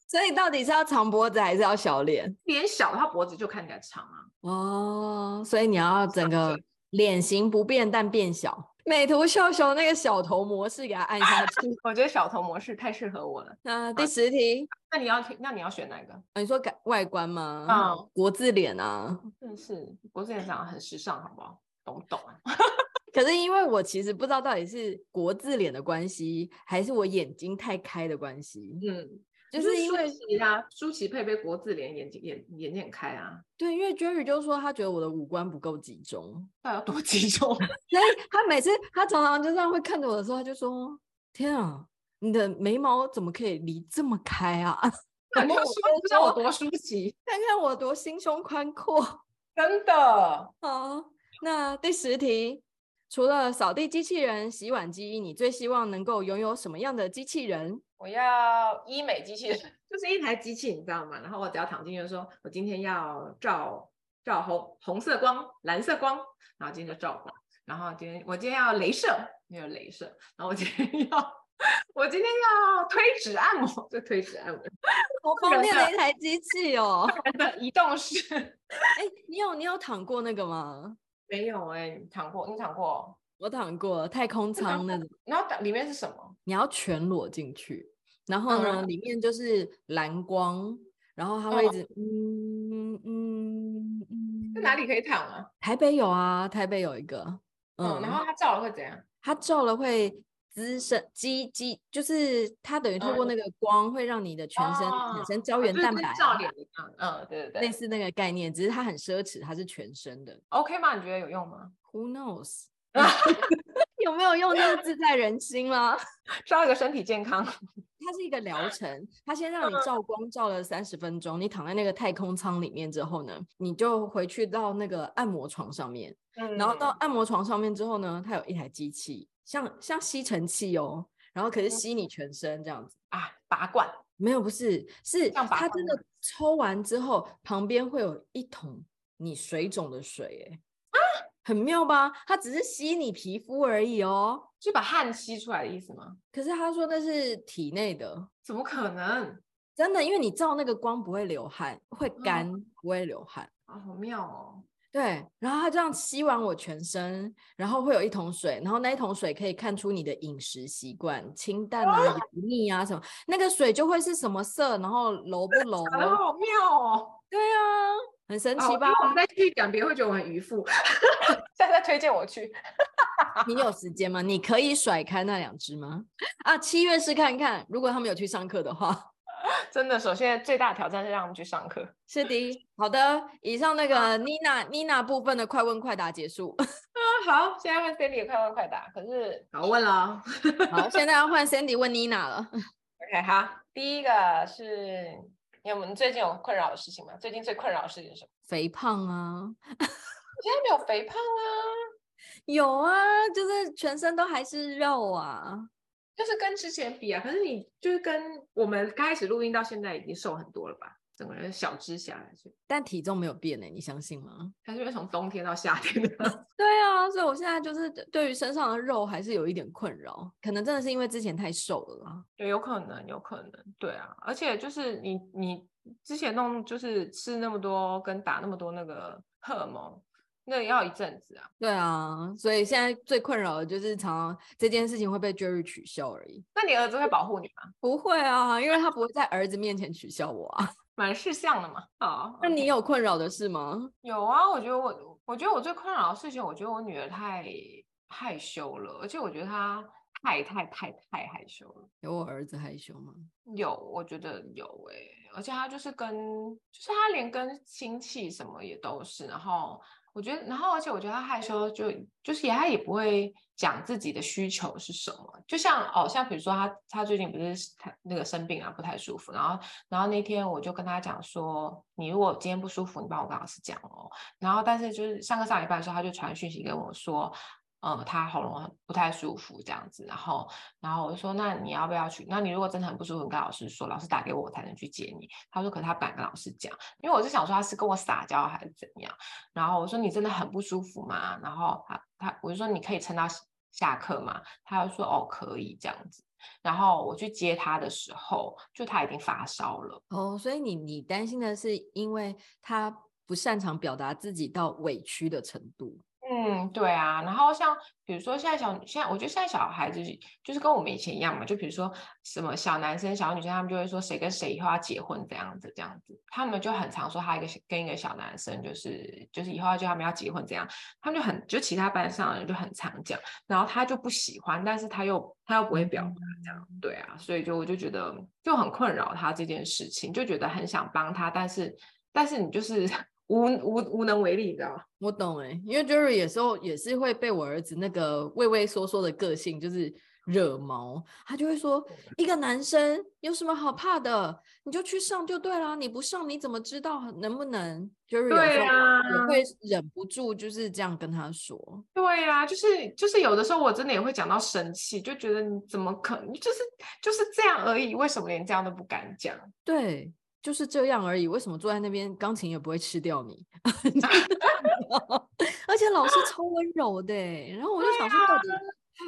Speaker 1: 所以到底是要长脖子还是要小脸？
Speaker 2: 脸小的话脖子就看起来长啊。
Speaker 1: 哦，所以你要整
Speaker 2: 长
Speaker 1: 个脸型不变但变小。美图秀秀那个小头模式给它按下 去。
Speaker 2: 我觉得小头模式太适合我了。
Speaker 1: 那第十 题，
Speaker 2: 那你要那你要选哪个？
Speaker 1: 呃你说改外观吗？
Speaker 2: 嗯，
Speaker 1: 国字脸啊。
Speaker 2: 真是脖子脸长得很时尚，好不好？懂不懂啊？
Speaker 1: 可是因为我其实不知道到底是国字脸的关系，还是我眼睛太开的关系，
Speaker 2: 嗯，
Speaker 1: 就
Speaker 2: 可
Speaker 1: 是因
Speaker 2: 舒
Speaker 1: 为
Speaker 2: 淇啊，舒淇配备国字脸，眼睛眼眼睛很开啊，
Speaker 1: 对，因为 Jerry 就说他觉得我的五官不够集中，
Speaker 2: 到底要多集 中？
Speaker 1: 所以他每次他常常就这样会看着我的时候，他就说：“天啊，你的眉毛怎么可以离这么开啊？ 然
Speaker 2: 你
Speaker 1: 后
Speaker 2: 就
Speaker 1: 我
Speaker 2: 说
Speaker 1: 就
Speaker 2: 不知道我
Speaker 1: 说
Speaker 2: 多舒淇，
Speaker 1: 看看我多心胸宽阔
Speaker 2: 真的。
Speaker 1: 啊！”那第十题，除了扫地机器人、洗碗机，你最希望能够拥有什么样的机器人？
Speaker 3: 我要医美机器人，
Speaker 2: 就是一台机器，你知道吗？然后我只要躺进去，就说我今天要照照红红色光、蓝色光，然后今天就照光，然后今天我今天要镭射，没有镭射，然后我今天要 我今天要推脂按摩，就推脂按摩
Speaker 1: 好
Speaker 2: 个
Speaker 1: 方
Speaker 2: 人
Speaker 1: 便
Speaker 2: 的
Speaker 1: 的一台机器哦！
Speaker 2: 的移动 式。
Speaker 1: 哎、你有你有躺过那个吗？
Speaker 2: 没有哎、你躺过？你躺过？
Speaker 1: 我躺过太空
Speaker 2: 躺
Speaker 1: 舱那种。
Speaker 2: 然后里面是什么？
Speaker 1: 你要全裸进去，然后
Speaker 2: 嗯
Speaker 1: 呢，里面就是蓝光，然后它会一直嗯嗯嗯，
Speaker 2: 在哪
Speaker 1: 嗯？
Speaker 2: 里可以躺啊？
Speaker 1: 台北有啊，台北有一个，
Speaker 2: 嗯，然后它照了会怎样？
Speaker 1: 它照了会滋生肌肌，就是它等于透过
Speaker 2: 嗯
Speaker 1: 那个光会让你的全身
Speaker 2: 哦
Speaker 1: 产生胶
Speaker 2: 哦
Speaker 1: 原
Speaker 2: 就是
Speaker 1: 蛋
Speaker 2: 跟
Speaker 1: 白
Speaker 2: 照
Speaker 1: 啊，
Speaker 2: 脸一样。嗯，对对
Speaker 1: 类
Speaker 2: 对。
Speaker 1: 似那个概念，只是它很奢侈，它是全身的。
Speaker 2: OK 吗？你觉得有用 吗？
Speaker 1: Who knows？有没有用就是自在人心啦。
Speaker 2: 照一个身体健康。
Speaker 1: 它是一个疗程，它先让
Speaker 2: 嗯
Speaker 1: 你照光照了三十分钟，你躺在那个太空舱里面之后呢，你就回去到那个按摩床上面，
Speaker 3: 嗯
Speaker 1: 然后到按摩床上面之后呢，它有一台机器，像像吸尘器哦，然后可
Speaker 2: 嗯
Speaker 1: 是吸你全身这样子。
Speaker 2: 啊，拔罐，
Speaker 1: 没有，不是，是
Speaker 2: 像拔
Speaker 1: 它
Speaker 2: 罐
Speaker 1: 真
Speaker 2: 那
Speaker 1: 的抽完之后，旁边会有一桶你水肿的水，哎，啊，很妙吧？它只是吸你皮肤而已哦。
Speaker 2: 就把汗吸出来的意思吗？
Speaker 1: 可是他说那是体内的，
Speaker 2: 怎么可能
Speaker 1: 真的，因为你照那个光不会流汗，会
Speaker 2: 嗯
Speaker 1: 干，不会流汗。
Speaker 2: 啊？好妙哦！
Speaker 1: 对，然后他这样吸完我全身，然后会有一桶水，然后那一桶水可以看出你的饮食习惯，清淡啊、油腻啊什么，那个水就会是什么色，然后柔不柔？
Speaker 2: 长得啊好妙哦！
Speaker 1: 对啊，很神
Speaker 2: 啊
Speaker 1: 奇
Speaker 2: 我
Speaker 1: 吧
Speaker 2: 觉得？我们再继续讲，别人会觉得我很愚夫。
Speaker 3: 现在推荐我去，
Speaker 1: 你有时间吗？你可以甩开那两只吗？啊，七月试看看，如果他们有去上课的话。
Speaker 3: 真的，首先最大的挑战是让他们去上课。
Speaker 1: 是的，好的。以上那个妮娜妮娜部分的快问快答结束。
Speaker 2: 啊，好，
Speaker 3: 现在问 Cindy 快问快答，可是
Speaker 2: 好问了。
Speaker 1: 好， 现在要换 Sandy 问妮娜了。
Speaker 3: OK 好，第一个是你们最近有困扰的事情吗？最近最困扰的事情是什么？
Speaker 1: 肥胖啊，
Speaker 3: 我现在没有肥胖啊，
Speaker 1: 有啊，就是全身都还是肉啊。
Speaker 2: 就是跟之前比啊，可是你就是跟我们刚开始录音到现在已经瘦很多了吧？整个人小只下来，所以
Speaker 1: 但体重没有变欸呢、你相信吗？
Speaker 2: 它是因为从冬天到夏天的
Speaker 1: 对啊，所以我现在就是对于身上的肉还是有一点困扰，可能真的是因为之前太瘦了啦。
Speaker 2: 对，有可能，有可能，对啊。而且就是你你之前弄就是吃那么多跟打那么多那个荷尔蒙，那也要一阵子啊。
Speaker 1: 对啊，所以现在最困扰的就是常常这件事情会被 Jerry 取笑而已。
Speaker 2: 那你儿子会保护你吗？
Speaker 1: 不会啊，因为他不会在儿子面前取笑我啊。
Speaker 2: 蛮事项的嘛。好，
Speaker 1: 那
Speaker 2: OK
Speaker 1: 你有困扰的事吗？
Speaker 2: 有啊，我觉得我，我觉得我最困扰的事情，我觉得我女儿太害羞了，而且我觉得她太太太太害羞了。
Speaker 1: 有我儿子害羞吗？
Speaker 2: 有，我觉得有诶、而且她就是跟，就是她连跟亲戚什么也都是。然后我觉得，然后而且我觉得她害羞就，就是也她也不会讲自己的需求是什么。就像哦，像比如说她她最近不是她那个生病啊，不太舒服。然后然后那天我就跟她讲说，你如果今天不舒服，你帮我跟老师讲哦。然后但是就是上个上礼拜的时候，他就传讯息跟我说，呃，他喉咙很不太舒服这样子，然后然后我就说，那你要不要去？那你如果真的很不舒服，你跟老师说，老师打给我，我才能去接你。他说，可是他不敢跟老师讲，因为我是想说他是跟我撒娇还是怎样。然后我说你真的很不舒服吗？然后他他我就说你可以撑到下下课吗？他就说哦可以这样子。然后我去接他的时候，就他已经发烧了。
Speaker 1: 哦，所以你你担心的是因为他不擅长表达自己到委屈的程度。
Speaker 2: 嗯，对啊，然后像比如说现在小，现在我觉得现在小孩子就是跟我们以前一样嘛，就比如说什么小男生、小女生，他们就会说谁跟谁以后要结婚这样子，这样子，他们就很常说他一个小跟一个小男生，就是就是以后要叫他们要结婚这样，他们就很就其他班上的人就很常讲，然后他就不喜欢，但是他又他又不会表达这样，
Speaker 1: 嗯
Speaker 2: 对啊，所以就我就觉得就很困扰他这件事情，就觉得很想帮他，但是但是你就是 无无无能为力，你知道吗？
Speaker 1: 我懂哎、因为 Jerry 有时候也是会被我儿子那个畏畏缩缩的个性就是惹毛，他就会说一个男生有什么好怕的，你就去上就对啦，你不上你怎么知道能不能？Jerry 有时
Speaker 2: 对
Speaker 1: 候
Speaker 2: 啊
Speaker 1: 我会忍不住就是这样跟他说，
Speaker 2: 对呀、就是就是有的时候我真的也会讲到生气，就觉得你怎么可能就是就是这样而已，为什么连这样都不敢讲？
Speaker 1: 对，就是这样而已。为什么坐在那边钢琴也不会吃掉你？ 而且老师超温柔的欸、然后我就想说，到
Speaker 2: 啊
Speaker 1: 底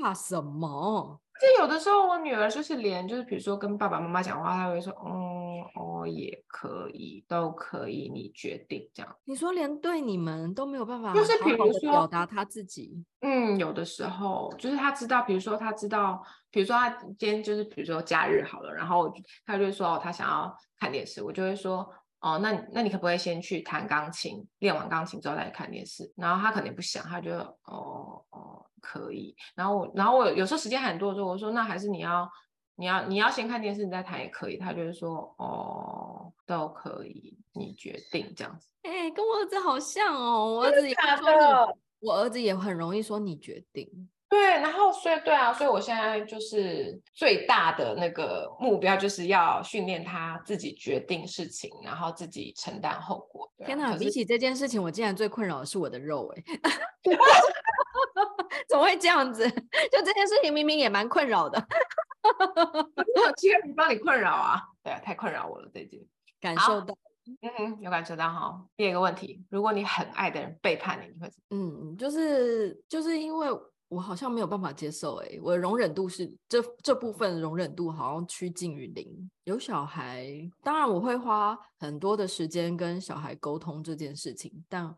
Speaker 1: 怕什么？
Speaker 2: 就有的时候我女儿就是连就是比如说跟爸爸妈妈讲话，她会说嗯哦也可以，都可以，你决定这样。
Speaker 1: 你说连对你们都没有办法，
Speaker 2: 就是比如
Speaker 1: 表
Speaker 2: 说
Speaker 1: 达他自己，
Speaker 2: 嗯，有的时候就是她知道，比如说她知道，比如说她今天就是比如说假日好了，然后她就会说哦她想要看电视，我就会说。哦，那你那你可不可以先去弹钢琴，练完钢琴之后再去看电视？然后他可能不想，他就哦哦可以。然后我然后我有时候时间很多的时候，我说那还是你要你要你要先看电视，你再弹也可以。他就会说哦都可以，你决定这样子。
Speaker 1: 哎、跟我儿子好像哦。我儿子也会
Speaker 3: 假
Speaker 1: 说你，
Speaker 3: 的
Speaker 1: 我儿子也很容易说你决定。
Speaker 2: 对，然后所以对啊，所以我现在就是最大的那个目标，就是要训练他自己决定事情，然后自己承担后果。对啊
Speaker 1: 天哪！
Speaker 2: 可
Speaker 1: 比
Speaker 2: 是
Speaker 1: 起这件事情，我竟然最困扰的是我的肉 哎、怎么会这样子？ 就这件事情明明也蛮困扰的。
Speaker 2: 其他人帮你困扰啊，对啊，太困扰我了最近。
Speaker 1: 感
Speaker 2: 好
Speaker 1: 受到，
Speaker 2: 嗯哼，有感受到哈。第二个问题，如果你很爱的人背叛你，你会怎么？
Speaker 1: 嗯，就是就是因为我好像没有办法接受、欸，我的容忍度是这这部分容忍度好像趋近于零。有小孩，当然我会花很多的时间跟小孩沟通这件事情，但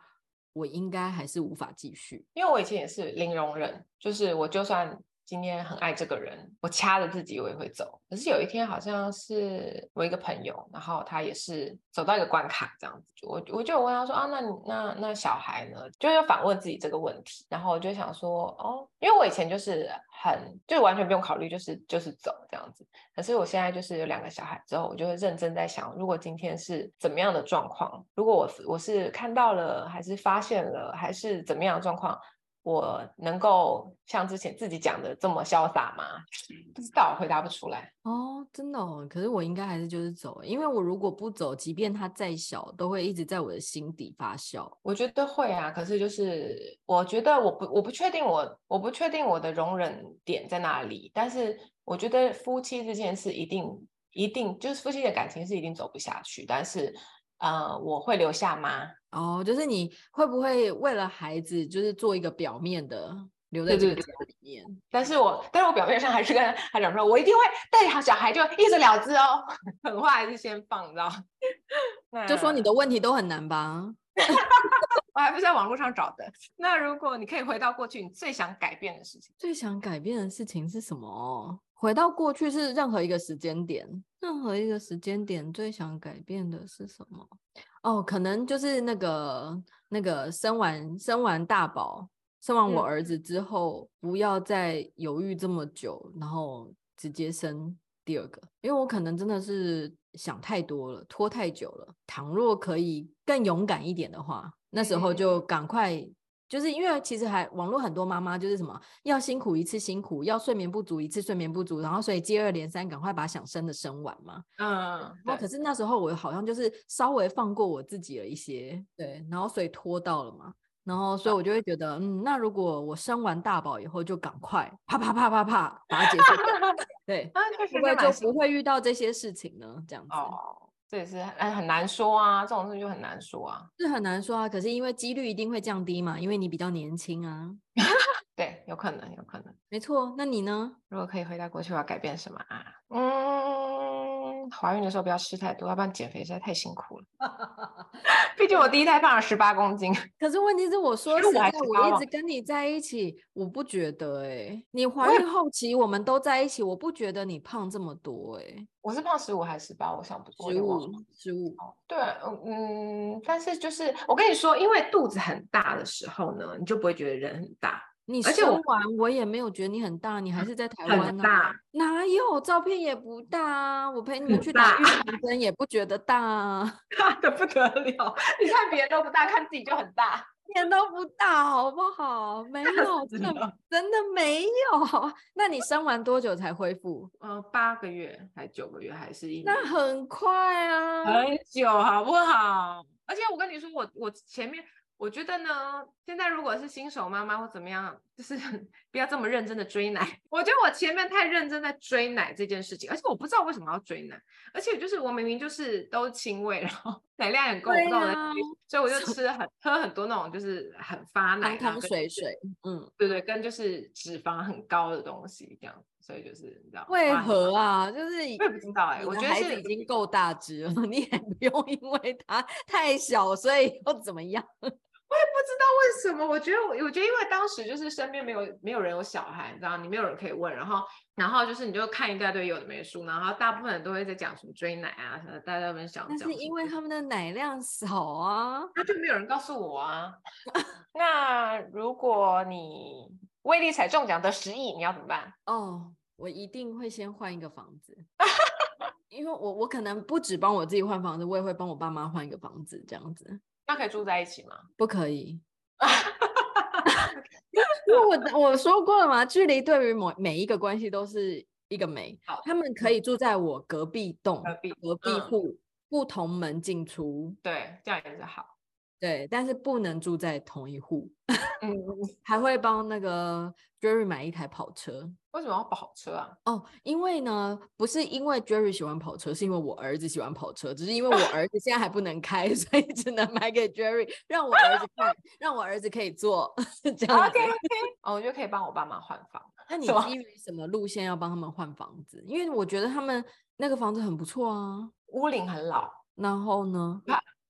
Speaker 1: 我应该还是无法继续。
Speaker 2: 因为我以前也是零容忍，就是我就算今天很爱这个人，我掐着自己我也会走。可是有一天好像是我一个朋友，然后他也是走到一个关卡这样子，我我就有问他说啊，那你那那小孩呢？就要反问自己这个问题，然后我就想说哦，因为我以前就是很就完全不用考虑，就是就是走这样子。可是我现在就是有两个小孩之后，我就会认真在想，如果今天是怎么样的状况，如果我是我是看到了，还是发现了，还是怎么样的状况，我能够像之前自己讲的这么潇洒吗？不知道，回答不出来。
Speaker 1: 哦，真的哦，可是我应该还是就是走欸，因为我如果不走，即便他再小，都会一直在我的心底发酵。
Speaker 2: 我觉得会啊，可是就是我觉得我不我不确定我我不确定我的容忍点在哪里，但是我觉得夫妻之间是一定一定就是夫妻的感情是一定走不下去，但是呃我会留下吗？
Speaker 1: 哦，就是你会不会为了孩子，就是做一个表面的留在
Speaker 2: 对
Speaker 1: 这
Speaker 2: 对
Speaker 1: 个家
Speaker 2: 对
Speaker 1: 里面？
Speaker 2: 但是我，但是我表面上还是跟他讲说，我一定会带小孩就一走了之哦， 狠话还是先放，你知道？
Speaker 1: 就说你
Speaker 2: 那
Speaker 1: 的问题都很难吧？
Speaker 2: 我还不是在网络上找的。那如果你可以回到过去，你最想改变的事情，
Speaker 1: 最想改变的事情是什么？回到过去是任何一个时间点，任何一个时间点最想改变的是什么？哦，可能就是那个那个生完生完大宝，生完我
Speaker 2: 嗯
Speaker 1: 儿子之后，不要再犹豫这么久，然后直接生第二个，因为我可能真的是想太多了，拖太久了。倘若可以更勇敢一点的话，那时候
Speaker 2: 嗯
Speaker 1: 就赶快。就是因为其实还网络很多妈妈就是什么要辛苦一次辛苦，要睡眠不足一次睡眠不足，然后所以接二连三赶快把想生的生完嘛。
Speaker 2: 嗯，
Speaker 1: 然后可
Speaker 2: 对
Speaker 1: 是那时候我好像就是稍微放过我自己了一些，对，然后所以拖到了嘛，然后所以我就会觉得，嗯，那如果我生完大宝以后就赶快啪啪啪啪啪把它结束掉， 对，
Speaker 2: 啊，确
Speaker 1: 会
Speaker 2: 实是
Speaker 1: 不会
Speaker 2: 蛮
Speaker 1: 就
Speaker 2: 辛
Speaker 1: 不会遇到这些事情呢？这样子、
Speaker 2: 哦，这也是哎很难说啊，这种事情就很难说啊。
Speaker 1: 是很难说啊，可是因为几率一定会降低嘛，因为你比较年轻啊，
Speaker 2: 对，有可能，有可能。
Speaker 1: 没错。那你呢？
Speaker 2: 如果可以回到过去，我要改变什么啊？嗯，怀孕的时候不要吃太多，要不然减肥实在太辛苦了。 毕竟我第一胎胖了十八公斤。
Speaker 1: 可是问题是，我说
Speaker 2: 15
Speaker 1: 实在
Speaker 2: 还，18
Speaker 1: 我
Speaker 2: 了
Speaker 1: 一直跟你在一起，我不觉得哎、你怀
Speaker 2: 我也
Speaker 1: 孕后期我们都在一起，我不觉得你胖这么多哎、
Speaker 2: 我是胖十五还是十八？我想不我
Speaker 1: 十
Speaker 2: 有点忘了
Speaker 1: 五，十五，
Speaker 2: 对，嗯，但是就是我跟你说，因为肚子很大的时候呢，你就不会觉得人很大。
Speaker 1: 你
Speaker 2: 而且
Speaker 1: 生
Speaker 2: 我
Speaker 1: 完我也没有觉得你很大，你还是在台
Speaker 2: 很
Speaker 1: 湾呢、
Speaker 2: 大
Speaker 1: 哪有照片也不大啊？我陪你们
Speaker 2: 很
Speaker 1: 去打
Speaker 2: 大
Speaker 1: 预防针也不觉得大啊，
Speaker 2: 大 的不得了，你看别人都不大，看自己就很大，
Speaker 1: 一点都不大，好不 好？没有，真的
Speaker 2: 的。
Speaker 1: 真的没有。 那你生完多久才恢复？
Speaker 2: 嗯，八个月还九个月还是一
Speaker 1: 那
Speaker 2: 年
Speaker 1: 很快啊，
Speaker 2: 很 久，好不好？而且我跟你说，我我前面我觉得呢，现在如果是新手妈妈或怎么样，就是 不要这么认真的追奶。 我觉得我前面太认真在追奶这件事情，而且我不知道为什么要追奶，而且就是我明明就是都亲喂，然后奶量很够，我不知道我
Speaker 1: 对
Speaker 2: 在追
Speaker 1: 啊
Speaker 2: 所以我就 吃了很喝很多那种就是很发奶
Speaker 1: 汤
Speaker 2: 啊
Speaker 1: 汤
Speaker 2: 跟
Speaker 1: 水
Speaker 2: 就是
Speaker 1: 水，嗯。
Speaker 2: 对对，跟就是脂肪很高的东西这样，所以就是你知道
Speaker 1: 为
Speaker 2: 发
Speaker 1: 何啊？就是
Speaker 2: 我也不知道哎、
Speaker 1: 你
Speaker 2: 我
Speaker 1: 的
Speaker 2: 觉得
Speaker 1: 孩
Speaker 2: 是
Speaker 1: 子已经够大只了， 你也不用因为他太小，所以又怎么样？
Speaker 2: 不知道为什么，我觉得我我觉得因为当时就是身边没有没有人有小孩，你知道，你没有人可以问，然后然后就是你就看一大堆有的没的书，然后大部分人都会在讲什么追奶啊什么，大家们想
Speaker 1: 那
Speaker 2: 讲什
Speaker 1: 是
Speaker 2: 么，
Speaker 1: 因为他们的奶量少啊。
Speaker 2: 他就没有人告诉我 啊。
Speaker 3: 那如果你威力彩中奖得十亿，你要怎么办？
Speaker 1: 哦，我一定会先换一个房子，因为我我可能不只帮我自己换房子，我也会帮我爸妈换一个房子，这样子
Speaker 3: 那可以住在一起吗？
Speaker 1: 不可以。因为我我说过了嘛，距离对于某每一个关系都是一个美
Speaker 2: 好。
Speaker 1: 他们可以住在我隔壁栋、
Speaker 2: 隔壁
Speaker 1: 隔壁
Speaker 2: 嗯
Speaker 1: 户，不同门进出，
Speaker 2: 对，这样也是好。
Speaker 1: 对，但是不能住在同一户。
Speaker 2: 嗯，
Speaker 1: 还会帮那个 Jerry 买一台跑车
Speaker 2: 为什么要跑车 啊？
Speaker 1: 哦，因为呢，不是因为 Jerry 喜欢跑车，是因为我儿子喜欢跑车，只是因为我儿子现在还不能开， 所以只能买给 Jerry，让我儿子 看，让我儿子可以坐 这样子
Speaker 2: OK。OK，哦，我就可以帮我爸妈换房。
Speaker 1: 那你
Speaker 2: 什么
Speaker 1: 基于什么路线要帮他们换房子？因为我觉得他们那个房子很不错啊。
Speaker 2: 屋龄很老，
Speaker 1: 然后呢？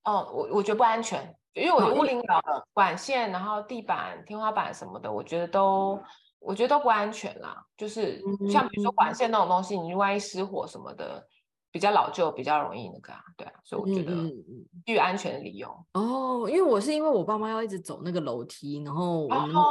Speaker 2: 哦，我我觉得不安全，因为我觉
Speaker 1: 哦
Speaker 2: 得
Speaker 1: 因
Speaker 2: 屋龄老了，管线，然后地板、天花板什么的，我觉得
Speaker 1: 嗯
Speaker 2: 都我觉得都不安全啦。就是像比如说
Speaker 1: 嗯
Speaker 2: 管线那种东西，你万一失火什么的，比较老旧，比较容易那个啊，对啊，所以我觉
Speaker 1: 嗯
Speaker 2: 得
Speaker 1: 嗯嗯。
Speaker 2: 基于安全的理由，
Speaker 1: 哦，因为我是因为我爸妈要一直走那个楼梯，然后我
Speaker 2: 然
Speaker 1: 们、
Speaker 2: 后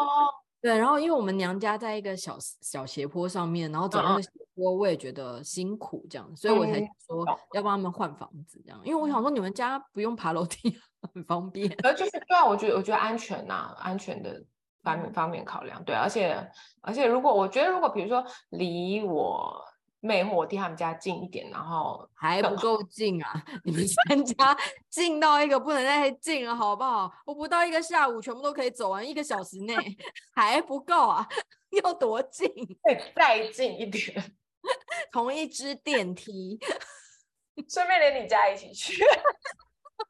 Speaker 1: 对，然后因为我们娘家在一个小 s- 小斜坡上面，然后走
Speaker 2: 嗯
Speaker 1: 那
Speaker 2: 嗯
Speaker 1: 个斜坡，我也觉得辛苦这样，所以我才
Speaker 2: 嗯
Speaker 1: 说
Speaker 2: 懂
Speaker 1: 要帮他们换房子这样，因为我
Speaker 2: 嗯
Speaker 1: 想说你们家不用爬楼梯， 很方便。
Speaker 2: 呃，就是对啊，我觉得我觉得安全呐、安全的方
Speaker 1: 嗯
Speaker 2: 面方面考量，对，啊而且而且如果我觉得如果比如说离我妹或我弟他们家近一点，然后
Speaker 1: 还不
Speaker 2: 更
Speaker 1: 够近啊！你们全家近到一个不能再近了，好不好？我不到一个下午全部都可以走完，一个小时内 还不够啊！ 要多近？
Speaker 2: 再再近一点，
Speaker 1: 同一只电梯，
Speaker 3: 顺便连你家一 起去。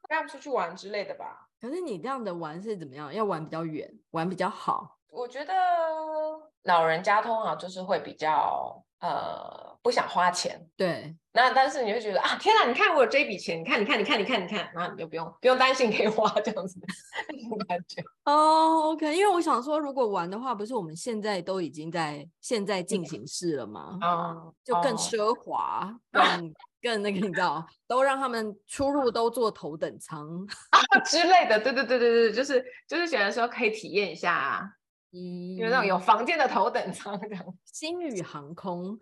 Speaker 2: 带他们出去玩之类的吧。
Speaker 1: 可是你这样的玩是怎么样？要玩比较远，玩比较好。
Speaker 3: 我觉得老人家通常就是会比较呃不想花钱，
Speaker 1: 对，
Speaker 3: 那但是你会觉得啊，
Speaker 2: 啊天哪！你看我有这一笔钱，你看，你看，你看，你看，你看，然后你就不用不用担心可以花这样子的那种感觉。
Speaker 1: 哦、o k 因为我想说，如果玩的话，不是我们现在都已经在现在进行式了吗？
Speaker 2: 哦，
Speaker 1: 就更
Speaker 2: 哦
Speaker 1: 奢华， 更更那个，你知道，都让他们出入都坐头等舱。
Speaker 2: 之类的，对对对对对，就是就是觉得说可以体验一下、啊，
Speaker 1: 嗯，
Speaker 2: 就是那 种有房间的头等舱这样。
Speaker 1: 星宇航空，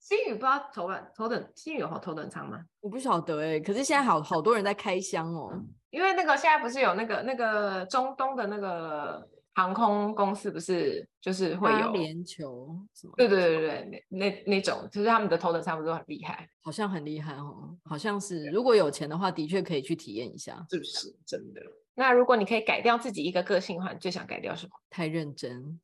Speaker 2: 新宇不知道头等头等新宇有头等舱吗？
Speaker 1: 我不晓得哎、可是现在好好多人在开箱哦。
Speaker 2: 因为那个现在不是有那个那个中东的那个航空公司，不是就是会
Speaker 1: 阿
Speaker 2: 有。
Speaker 1: 联酋什么，
Speaker 2: 对对对对，那那那种就是他们的头等舱不是都很厉害，
Speaker 1: 好像很厉害哦，好像是。如果有钱的话，的确可以去体验一下。
Speaker 2: 是不是真的？那如果你可以改掉自己一个个性的话，你最想 改掉什么？
Speaker 1: 太认真，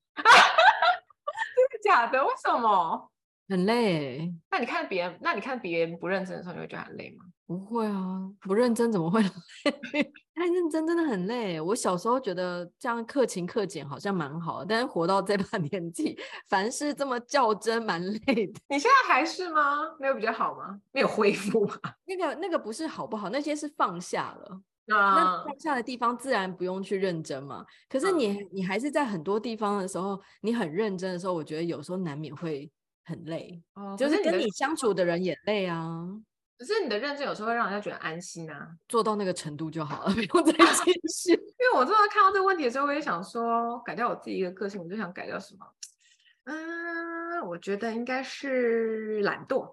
Speaker 2: 假的？为什么？
Speaker 1: 很累欸。
Speaker 2: 那你看别人，那你看别人不认真的时候，你会觉得很累吗？
Speaker 1: 不会啊，不认真怎么会 累？太认真真的很累。我小时候觉得这样克勤克俭好像蛮好的，但是活到这把 年纪，凡事这么较真，蛮累的。
Speaker 2: 你现在还是吗？没有比较好吗？没有恢复吗？
Speaker 1: 那个那个不是好不好，那些是放下了。 那
Speaker 2: 那
Speaker 1: 放下的地方自然不用去认真嘛。可是
Speaker 2: 嗯
Speaker 1: 你你还是在很多地方的时候，你很认真的时候，我觉得有时候难免会很累，
Speaker 2: 哦
Speaker 1: 就
Speaker 2: 可
Speaker 1: 是跟
Speaker 2: 的
Speaker 1: 你相处的人也累啊。
Speaker 2: 可是你的认真有时候会让人家觉得安心啊。
Speaker 1: 做到那个程度就好了，不 用再继续。
Speaker 2: 因为我真的看到这个问题的时候，我也想说，改掉我自己一个个性，我就想改掉什么？嗯，我觉得应该是懒惰。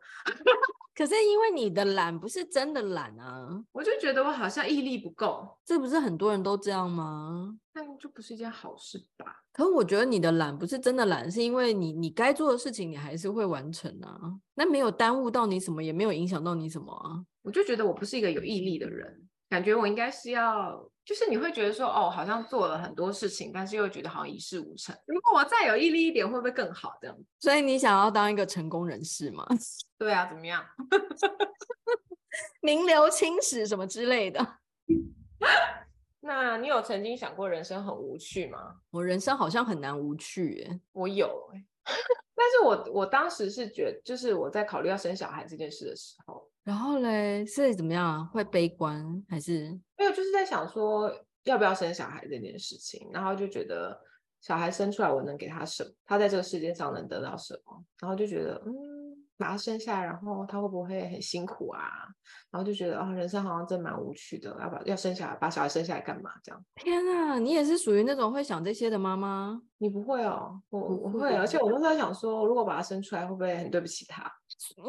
Speaker 1: 可是因为你的懒不是真的懒啊，
Speaker 2: 我就觉得我好像毅力不够，
Speaker 1: 这不是很多人都这样吗？
Speaker 2: 那就不是一件好事吧？
Speaker 1: 可是我觉得你的懒不是真的懒，是因为你你该做的事情你还是会完成啊，那没有耽误到你什么，也没有影响到你什么啊。
Speaker 2: 我就觉得我不是一个有毅力的人，感觉我应该是要，就是你会觉得说，哦，好像做了很多事情，但是又觉得好像一事无成。如果我再有毅力一点，会不会更好？这样子，
Speaker 1: 所以你想要当一个成功人士吗？
Speaker 2: 对啊，怎么样？
Speaker 1: 名留青史什么之类的。
Speaker 2: 那你有曾经想过人生很无趣吗？
Speaker 1: 我人生好像很难无趣耶，
Speaker 2: 我有欸、 但是我我当时是觉就是我在考虑要生小孩这件事的时候，
Speaker 1: 然后嘞是怎么样啊？会悲观还是
Speaker 2: 没有，就是在想说要不要生小孩这件事情，然后就觉得小孩生出来我能给他什么，他在这个世界上能得到什么，然后就觉得嗯，把他生下来，然后他会不会很辛苦啊？然后就觉得哦，人生好像真蛮无趣的，要把要生小孩，把小孩生下来干嘛？这样
Speaker 1: 天啊？你也是属于那种会想这些的妈妈，
Speaker 2: 你不会哦，我
Speaker 1: 不
Speaker 2: 我
Speaker 1: 会
Speaker 2: 会，而且我那时候在想说，如果把他生出来，会不会很对不起他？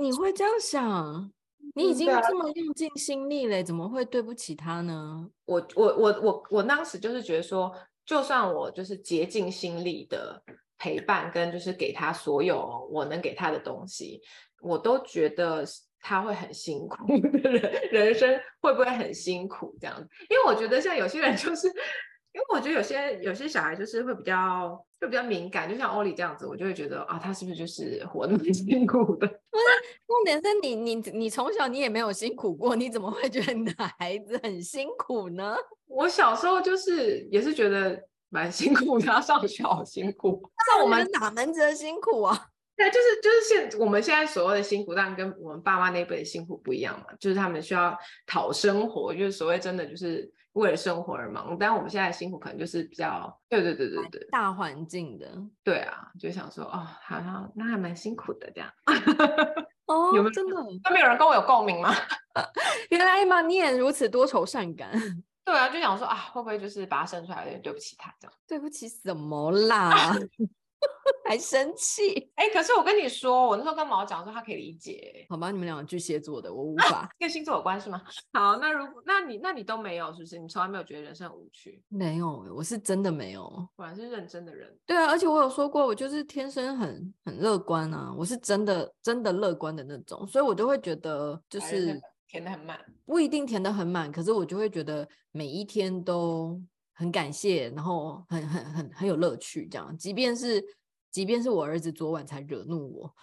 Speaker 1: 你会这样想？你已
Speaker 2: 嗯
Speaker 1: 经
Speaker 2: 对啊
Speaker 1: 这么用尽心力嘞，怎么会对不起他呢？
Speaker 2: 我我我我我当时就是觉得说，就算我就是竭尽心力的陪伴，跟就是给他所有我能给他的东西，我都觉得他会很辛苦 人人生会不会很辛苦这样子？因为我觉得像有些人就是，因为我觉得有些有些小孩就是会比较会比较敏感，就像欧里这样子，我就会觉得啊，他是不是就是活那么 辛苦的？
Speaker 1: 重点是你你你从小你也没有辛苦过，你怎么会觉得你的孩子很辛苦呢？
Speaker 2: 我小时候就是也是觉得蛮辛苦的啊，上学好辛苦。
Speaker 1: 那我们哪门子的辛苦啊？
Speaker 2: 对，就是就是现我们现在所谓的辛苦，当然跟我们爸妈那辈的辛苦不一样嘛，就是他们需要讨生活，就是所谓真的就是为了生活而忙。但我们现在的辛苦可能就是比较，对对对对对
Speaker 1: 大环境的
Speaker 2: 对啊，就想说哦，好像那还蛮辛苦的这样。
Speaker 1: 哦
Speaker 2: 有没有
Speaker 1: 真的
Speaker 3: 那边有人跟我有共鸣吗？
Speaker 1: 原来嘛，你也如此多愁善感。
Speaker 2: 对啊，就想说啊，会不会就是把他生出来有点对不起他这样？
Speaker 1: 对不起，什么啦？ 还生气？
Speaker 2: 哎，可是我跟你说，我那时候跟毛讲说他可以理解，
Speaker 1: 好吧，你们两个巨蟹座的，我无法。
Speaker 2: 跟星座有关是吗？ 好，那如果那你那你都没有是不是？你从来没有觉得人生很无趣，
Speaker 1: 没有欸，我是真的没有。
Speaker 2: 果然是认真的人。
Speaker 1: 对啊，而且我有说过，我就是天生很很乐观啊，我是真的真的乐观的那种，所以我就会觉得就
Speaker 3: 把人生
Speaker 1: 是
Speaker 3: 填的很满，
Speaker 1: 不一定填得很满，可是我就会觉得每一天都很感谢，然后很很很很有乐趣，这样。即便是即便是我儿子昨晚才惹怒我，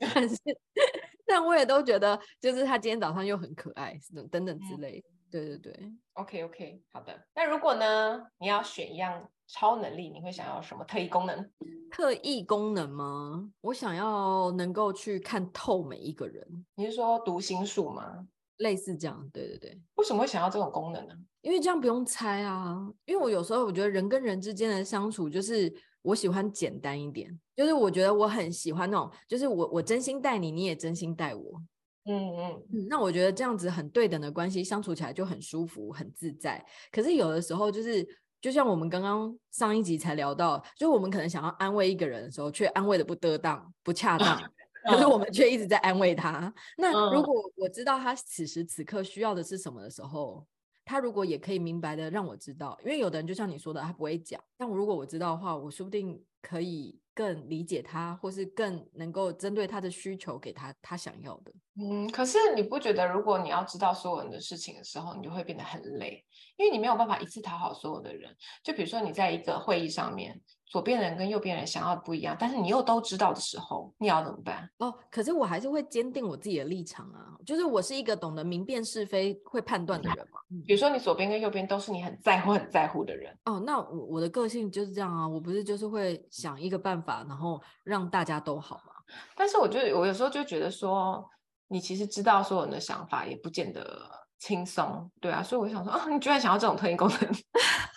Speaker 1: 但是 但我也都觉得，就是他今天早上又很可爱，等等之
Speaker 3: 嗯
Speaker 1: 类的。对对对，
Speaker 3: OK OK，好的。那如果呢，你要选一样超能力，你会想要什么特异功能？
Speaker 1: 特异功能吗？我想要能够去看透每一个人，
Speaker 3: 你是说读心术吗？
Speaker 1: 类似这样。对对对。
Speaker 3: 为什么会想要这种功能呢？
Speaker 1: 因为这样不用猜啊。因为我有时候我觉得人跟人之间的相处，就是我喜欢简单一点，就是我觉得我很喜欢那种，就是我我真心待你，你也真心待我。
Speaker 3: 嗯嗯，
Speaker 1: 嗯那我觉得这样子很对等的关系，相处起来就很舒服、很自在。可是有的时候就是。就像我们刚刚上一集才聊到，就是我们可能想要安慰一个人的时候，却安慰的不得当、不恰当，可是我们却一直在安慰他。那如
Speaker 2: 嗯
Speaker 1: 果我知道他此时此刻需要的是什么的时候，他如果也可以明白的让我知道，因为有的人就像你说的，他不会讲，但我如果我知道的话，我说不定可以更理解他，或是更能够针对他的需求给他他想要的。
Speaker 3: 嗯，可是你不觉得，如果你要知道所有人的事情的时候，你就会变得很累，因为你没有办法一次讨好所有的人。就比如说你在一个会议上面，左边人跟右边人想要的不一样，但是你又都知道的时候，你要怎么办？
Speaker 1: 哦，可是我还是会坚定我自己的立场啊，就是我是一个懂得明辨是非、会判断的人嘛。嗯
Speaker 3: 比如说你左边跟右边都是你很在乎、很在乎的人，
Speaker 1: 哦，那我我的个性就是这样啊，我不是就是会想一个办法，然后让大家都好嘛。
Speaker 3: 但是我就我有时候就觉得说，你其实知道所有人的想法，也不见得轻松，对啊。所以我想说，啊，你居然想要这种特异功能，或 者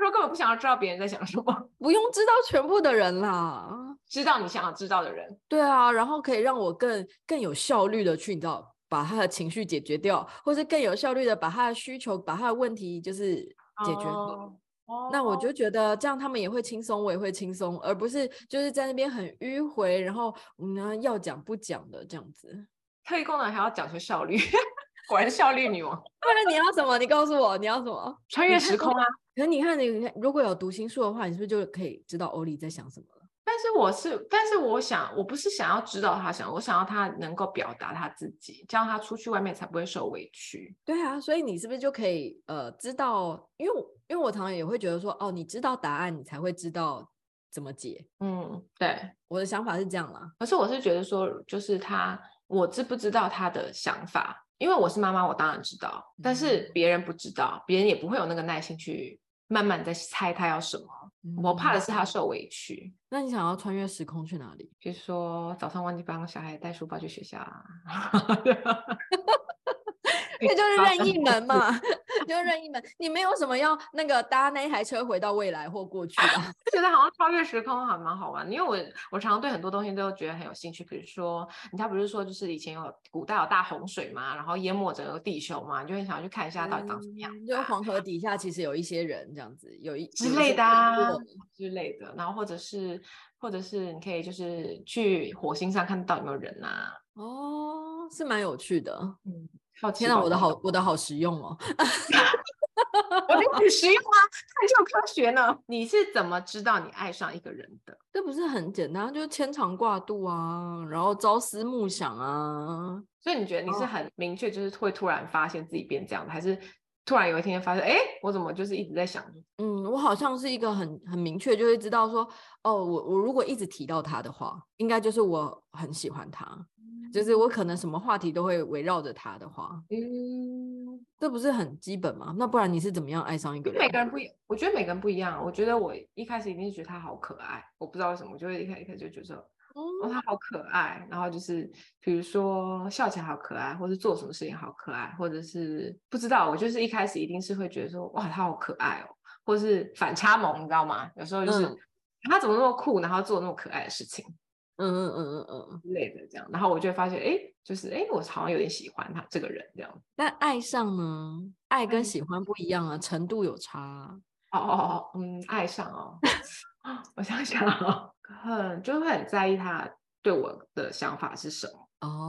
Speaker 3: 说根本不想要知道别人在想什么，
Speaker 1: 不用知道全部的人啦。
Speaker 3: 知道你想要知道的人，
Speaker 1: 对啊，然后可以让我更更有效率的去，你知道，把他的情绪解决掉，或是更有效率的把他的需求、把他的问题就是解决掉。
Speaker 3: 哦。哦
Speaker 1: 那我就觉得这样他们也会轻松，我也会轻松，而不是就是在那边很迂回，然后嗯啊要讲不讲的这样子。
Speaker 3: 特异功能还要讲求效率，果然效率女王，
Speaker 1: 不然你要什么？你告诉我你要什么？
Speaker 3: 穿
Speaker 1: 你
Speaker 3: 越
Speaker 1: 看
Speaker 3: 时
Speaker 1: 过
Speaker 3: 空啊！
Speaker 1: 可你看，你看，如果有读心术的话，你是不是就可以知道欧丽在想什么了？
Speaker 2: 但是我是，但是我想，我不是想要知道他想，我想要他能够表达他自己，这样他出去外面才不会受委屈。
Speaker 1: 对啊，所以你是不是就可以呃知道？因为我因为我常常也会觉得说，哦，你知道答案，你才会知道怎么解。
Speaker 2: 嗯，对。
Speaker 1: 我的想法是这样啦，
Speaker 2: 可是我是觉得说，就是他，我知不知道他的想法？因为我是妈妈，我当然知道，但
Speaker 1: 嗯
Speaker 2: 是别人不知道，别人也不会有那个耐心去慢慢在猜他要什么。我怕的
Speaker 1: 嗯
Speaker 2: 是他受委屈，
Speaker 1: 那你想要穿越时空去哪里？
Speaker 2: 比如说早上忘记帮小孩带书包去学校啊，
Speaker 1: 那就是
Speaker 2: 发
Speaker 1: 任
Speaker 2: 生
Speaker 1: 意门嘛， 就是任意门。你没有什么要那个搭那一台车回到未来或过去吧？
Speaker 2: 觉得好像超越时空还蛮好玩的，因为我我常常对很多东西都觉得很有兴趣，比如说人家不是说就是以前有古代有大洪水嘛，然后淹没整个地球嘛，你就很想要去看一下到底长什么样、啊
Speaker 1: 嗯就黄河底下其实有一些人这样子，有一
Speaker 2: 之
Speaker 1: 有一
Speaker 2: 类
Speaker 1: 些部
Speaker 2: 的啊
Speaker 1: 落
Speaker 2: 之类的，然后或者是或者是你可以就是去火星上看到有没有人啊，
Speaker 1: 哦，是蛮有趣的。
Speaker 2: 好奇
Speaker 1: 天哪，啊
Speaker 2: 宝
Speaker 1: 我的
Speaker 2: 宝
Speaker 1: 好，我的好实用哦。
Speaker 3: 我觉得很实用啊，探究科学呢。
Speaker 2: 你是怎么知道你爱上一个人的？
Speaker 1: 这不是很简单，就是牵肠挂肚啊，然后朝思暮想啊。
Speaker 2: 所以你觉得你是
Speaker 1: 哦
Speaker 2: 很明确，就是会突然发现自己变这样的，还是突然有一天发现，哎，我怎么就是一直在想，
Speaker 1: 嗯，我好像是一个很很明确就会知道说，哦，我我如果一直提到他的话，应该就是我很喜欢他，就是我可能什么话题都会围绕着他的话，
Speaker 2: 嗯，
Speaker 1: 这不是很基本吗？那不然你是怎么样爱上一个
Speaker 2: 因为
Speaker 1: 人？
Speaker 2: 每个人不一，我觉得每个人不一样。啊我觉得我一开始一定是觉得他好可爱，我不知道为什么，我就会一开一开始就觉得说，哦，
Speaker 1: 嗯
Speaker 2: 他好可爱。然后就是比如说笑起来好可爱，或是做什么事情好可爱，或者是不知道，我就是一开始一定是会觉得说，哇，他好可爱哦，或是反差萌，你知道吗？有时候就是、
Speaker 1: 嗯
Speaker 2: 他怎么那么酷，然后做那么可爱的事情
Speaker 1: 嗯嗯嗯嗯。
Speaker 2: 之类的，这样，然后我就会发现，哎，就是哎，诶我好像有点喜欢他这个人这样。
Speaker 1: 但爱上呢，爱跟
Speaker 2: 爱
Speaker 1: 喜欢不一样啊，程度有差啊。
Speaker 2: 哦哦哦，嗯，爱上哦， 我想想哦，很就会很在意他对我的想法是什么。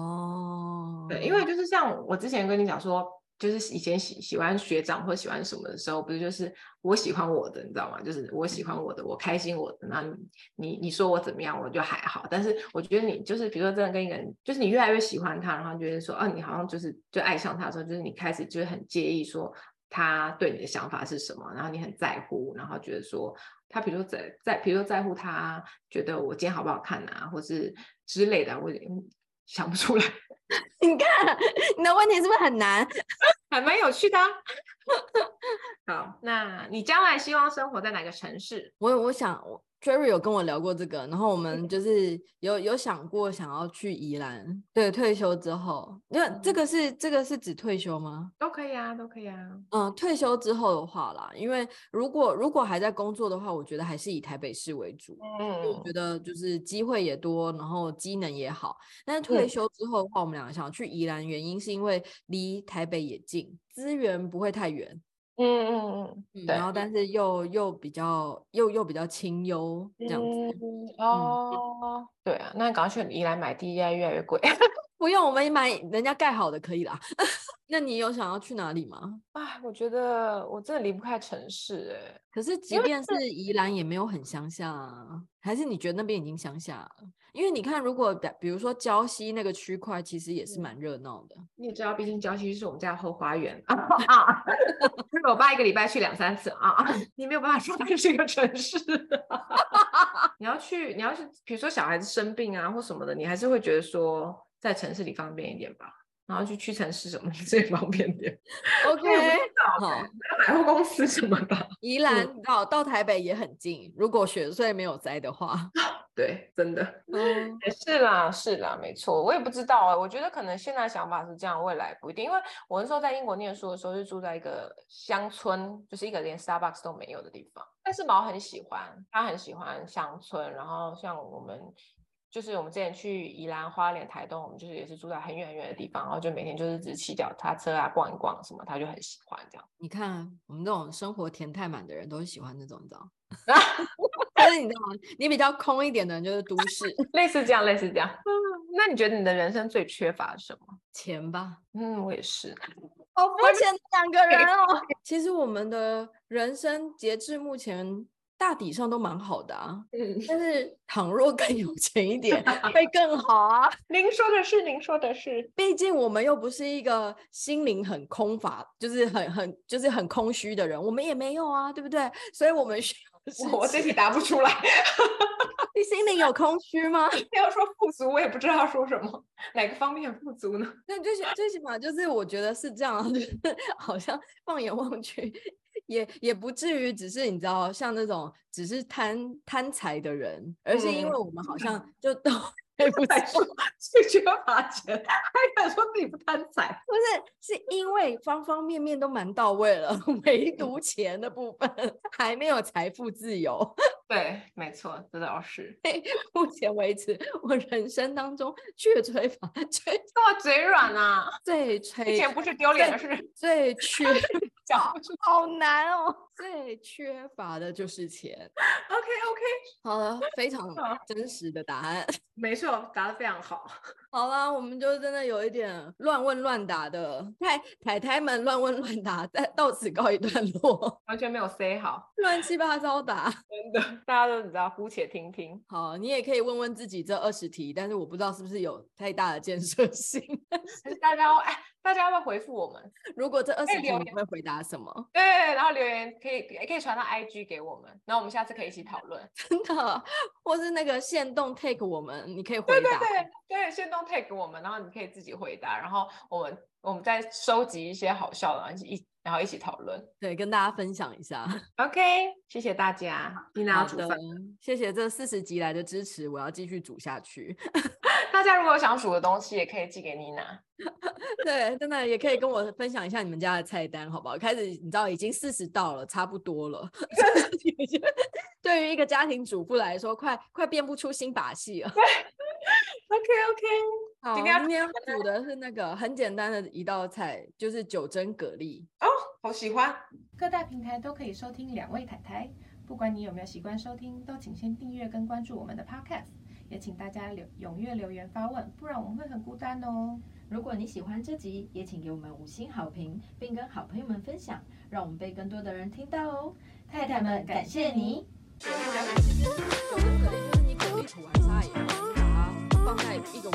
Speaker 1: 哦，
Speaker 2: 对，因为就是像我之前跟你讲说，就是以前喜喜欢学长或喜欢什么的时候，不是就是我喜欢我的，你知道吗？就是我喜欢我的，我开心我的。那你你你说我怎么样，我就还好。但是我觉得你就是，比如说真的跟一个人，就是你越来越喜欢他，然后觉得说，啊，你好像就是就爱上他的时候，就是你开始就是很介意说他对你的想法是什么，然后你很在乎，然后觉得说他比如说在在，比如说在乎他觉得我今天好不好看啊，或是之类的，我也嗯想不出来。
Speaker 1: 你看你的问题是不是很难？
Speaker 2: 还蛮有趣的、啊。 好，那你将来希望生活在哪个城市？
Speaker 1: 我我想我 Jerry 有跟我聊过这个，然后
Speaker 2: 嗯
Speaker 1: 我们就是有有想过想要去宜兰，对，退休之后，因为
Speaker 2: 哦
Speaker 1: 这个是这个是指退休吗？
Speaker 2: 都可以啊，都可以啊。
Speaker 1: 嗯，退休之后的话啦，因为如果如果还在工作的话，我觉得还是以台北市为主。因为我
Speaker 2: 嗯，
Speaker 1: 觉得就是机会也多，然后机能也好。但是退
Speaker 2: 嗯
Speaker 1: 休之后的话，我们两个想要去宜兰，原因是因为离台北也近，资源不会太远，
Speaker 2: 嗯嗯
Speaker 1: 嗯，
Speaker 2: 对
Speaker 1: 然后但是又又比较又又比较清幽这
Speaker 2: 嗯，
Speaker 1: 样子。
Speaker 2: 嗯哦，对啊，那赶快去宜兰买地，越来越来越贵。
Speaker 1: 不用，我们买人家盖好的可以啦。 那你有想要去哪里吗？
Speaker 2: 哎，我觉得我真的离不开城市哎、
Speaker 1: 可是即便是宜兰，也没有很乡下啊。还是你觉得那边已经乡下了？因为你看，如果比比如说礁溪那个区块，其实也是
Speaker 2: 嗯
Speaker 1: 蛮热闹的。
Speaker 2: 你也知道，毕竟郊区是我们家的后花园 啊啊！就是我爸一个礼拜去两三次啊， 啊你没有办法说它是一个城市。 你要去，你要是比如说小孩子生病啊或什么的，你还是会觉得说在城市里方便一点吧，然后去屈臣氏什么的 最方便点，
Speaker 1: OK，好。
Speaker 2: 百货公司什么的。
Speaker 1: 宜兰你知道到台北也很近，如果雪隧没有塞的话，
Speaker 2: 对，真的
Speaker 1: 嗯，
Speaker 3: 也是啦，是啦，没错，我也不知道啊。我觉得可能现在想法是这样，未来不一定。因为我那时候在英国念书的时候，是住在一个乡村，就是一个连 Starbucks 都没有的地方。但是毛很喜欢，他很喜欢乡村。然后像我们，就是我们之前去宜兰、花莲、台东，我们就是也是住在很远很远的地方，然后就每天就是只骑脚踏车啊逛一逛什么，他就很喜欢这样。
Speaker 1: 你看我们这种生活填太满的人都是喜欢那种，你知道？ 但是你知道吗？你比较空一点的人就是都市
Speaker 3: 类似这样，类似这样。嗯， 那你觉得你的人生最缺乏什么？
Speaker 1: 钱吧，
Speaker 3: 嗯，我也是。
Speaker 1: 好肤浅的两个人 哦。其实我们的人生截至目前大体上都蛮好的啊，
Speaker 2: 嗯，
Speaker 1: 但是倘若更有钱一 点会更好啊。
Speaker 2: 您说的是，您说的是，
Speaker 1: 毕竟我们又不是一个心灵很空乏，就是很很就是很空虚的人，我们也没有啊，对不对？所以我们需要的是
Speaker 2: 我我自
Speaker 1: 钱
Speaker 2: 己答不出来，
Speaker 1: 你心灵有空虚吗？
Speaker 2: 要说富足，我也不知道说什么，哪个方面富足呢？
Speaker 1: 那最起最起码就是我觉得是这样啊， 就是好像放眼望去。也也不至于只是你知道，像那种只是贪贪财的人，而是因为
Speaker 2: 嗯
Speaker 1: 我们好像就都 对不
Speaker 2: 还
Speaker 1: 起
Speaker 2: 说最缺乏钱， 还敢说自己不贪财？
Speaker 1: 不是，是因为方方面面都蛮到位了， 唯独钱的部分 还没有财富自由。
Speaker 2: 对，没错，这倒是。
Speaker 1: 目前为止，我人生当中缺缺乏 最
Speaker 2: 这么嘴软啊？
Speaker 1: 最
Speaker 2: 之前
Speaker 1: 缺
Speaker 2: 不是丢脸的
Speaker 1: 对
Speaker 2: 是
Speaker 1: 最缺
Speaker 2: 讲不出。
Speaker 1: 好难哦，最缺乏的就是钱。
Speaker 2: OK OK，
Speaker 1: 好了，非常
Speaker 2: 好
Speaker 1: 真实的答案。
Speaker 2: 没错，答得非常好。
Speaker 1: 好啦，我们就真的有一点乱问乱答的，太太太们乱问乱答，但到此告一段落，
Speaker 2: 完全没有 say 好，
Speaker 1: 乱七八糟答。
Speaker 2: 真的，大家都你知道，姑且听听。
Speaker 1: 好，你也可以问问自己这二十题，但是我不知道是不是有太大的建设性。
Speaker 2: 可是大家要哎，大家要不要回复我们？
Speaker 1: 如果这二
Speaker 2: 可以
Speaker 1: 十题
Speaker 2: 留
Speaker 1: 你
Speaker 2: 言
Speaker 1: 会回答什么？
Speaker 2: 对，然后留言可以也可以传到 IG 给我们，然后我们下次可以一起讨论。
Speaker 1: 真的，或是那个限动 take 我们，你可以回
Speaker 2: 对对
Speaker 1: 答。
Speaker 2: 对对，先动 take 我们，然后你可以自己回答，然后我们我们再收集一些好笑的，然后一然后一起讨论。
Speaker 1: 对，跟大家分享一下。
Speaker 2: OK，谢谢大家，你拿
Speaker 1: 好
Speaker 2: 煮
Speaker 1: 的
Speaker 2: 饭。，
Speaker 1: 谢谢这四十集来的支持，我要继续煮下去。
Speaker 2: 大家如果有想煮的东西，也可以寄给妮娜。
Speaker 1: 对，真的也可以跟我分享一下你们家的菜单，好不好？开始你知道已经四十到了，差不多了。 对于一个家庭主妇来说，快快变不出新把戏了。
Speaker 2: OK OK，
Speaker 1: 好，
Speaker 2: 今天要
Speaker 1: 今天要煮的是那个很简单的一道菜，就是九蒸蛤蜊。
Speaker 2: 好喜欢。
Speaker 4: 各大平台都可以收听两位太太。不管你有没有习惯收听，都请先订阅跟关注我们的 Podcast，也请大家留踊跃留言发问，不然我们会很孤单哦。
Speaker 5: 如果你喜欢这集，也请给我们五星好评，并跟好朋友们分享，让我们被更多的人听到哦。太太们，感谢你。
Speaker 1: 九蒸蛤蜊就是你蛤蜊吐完沙以后，你把它放在一个碗嗯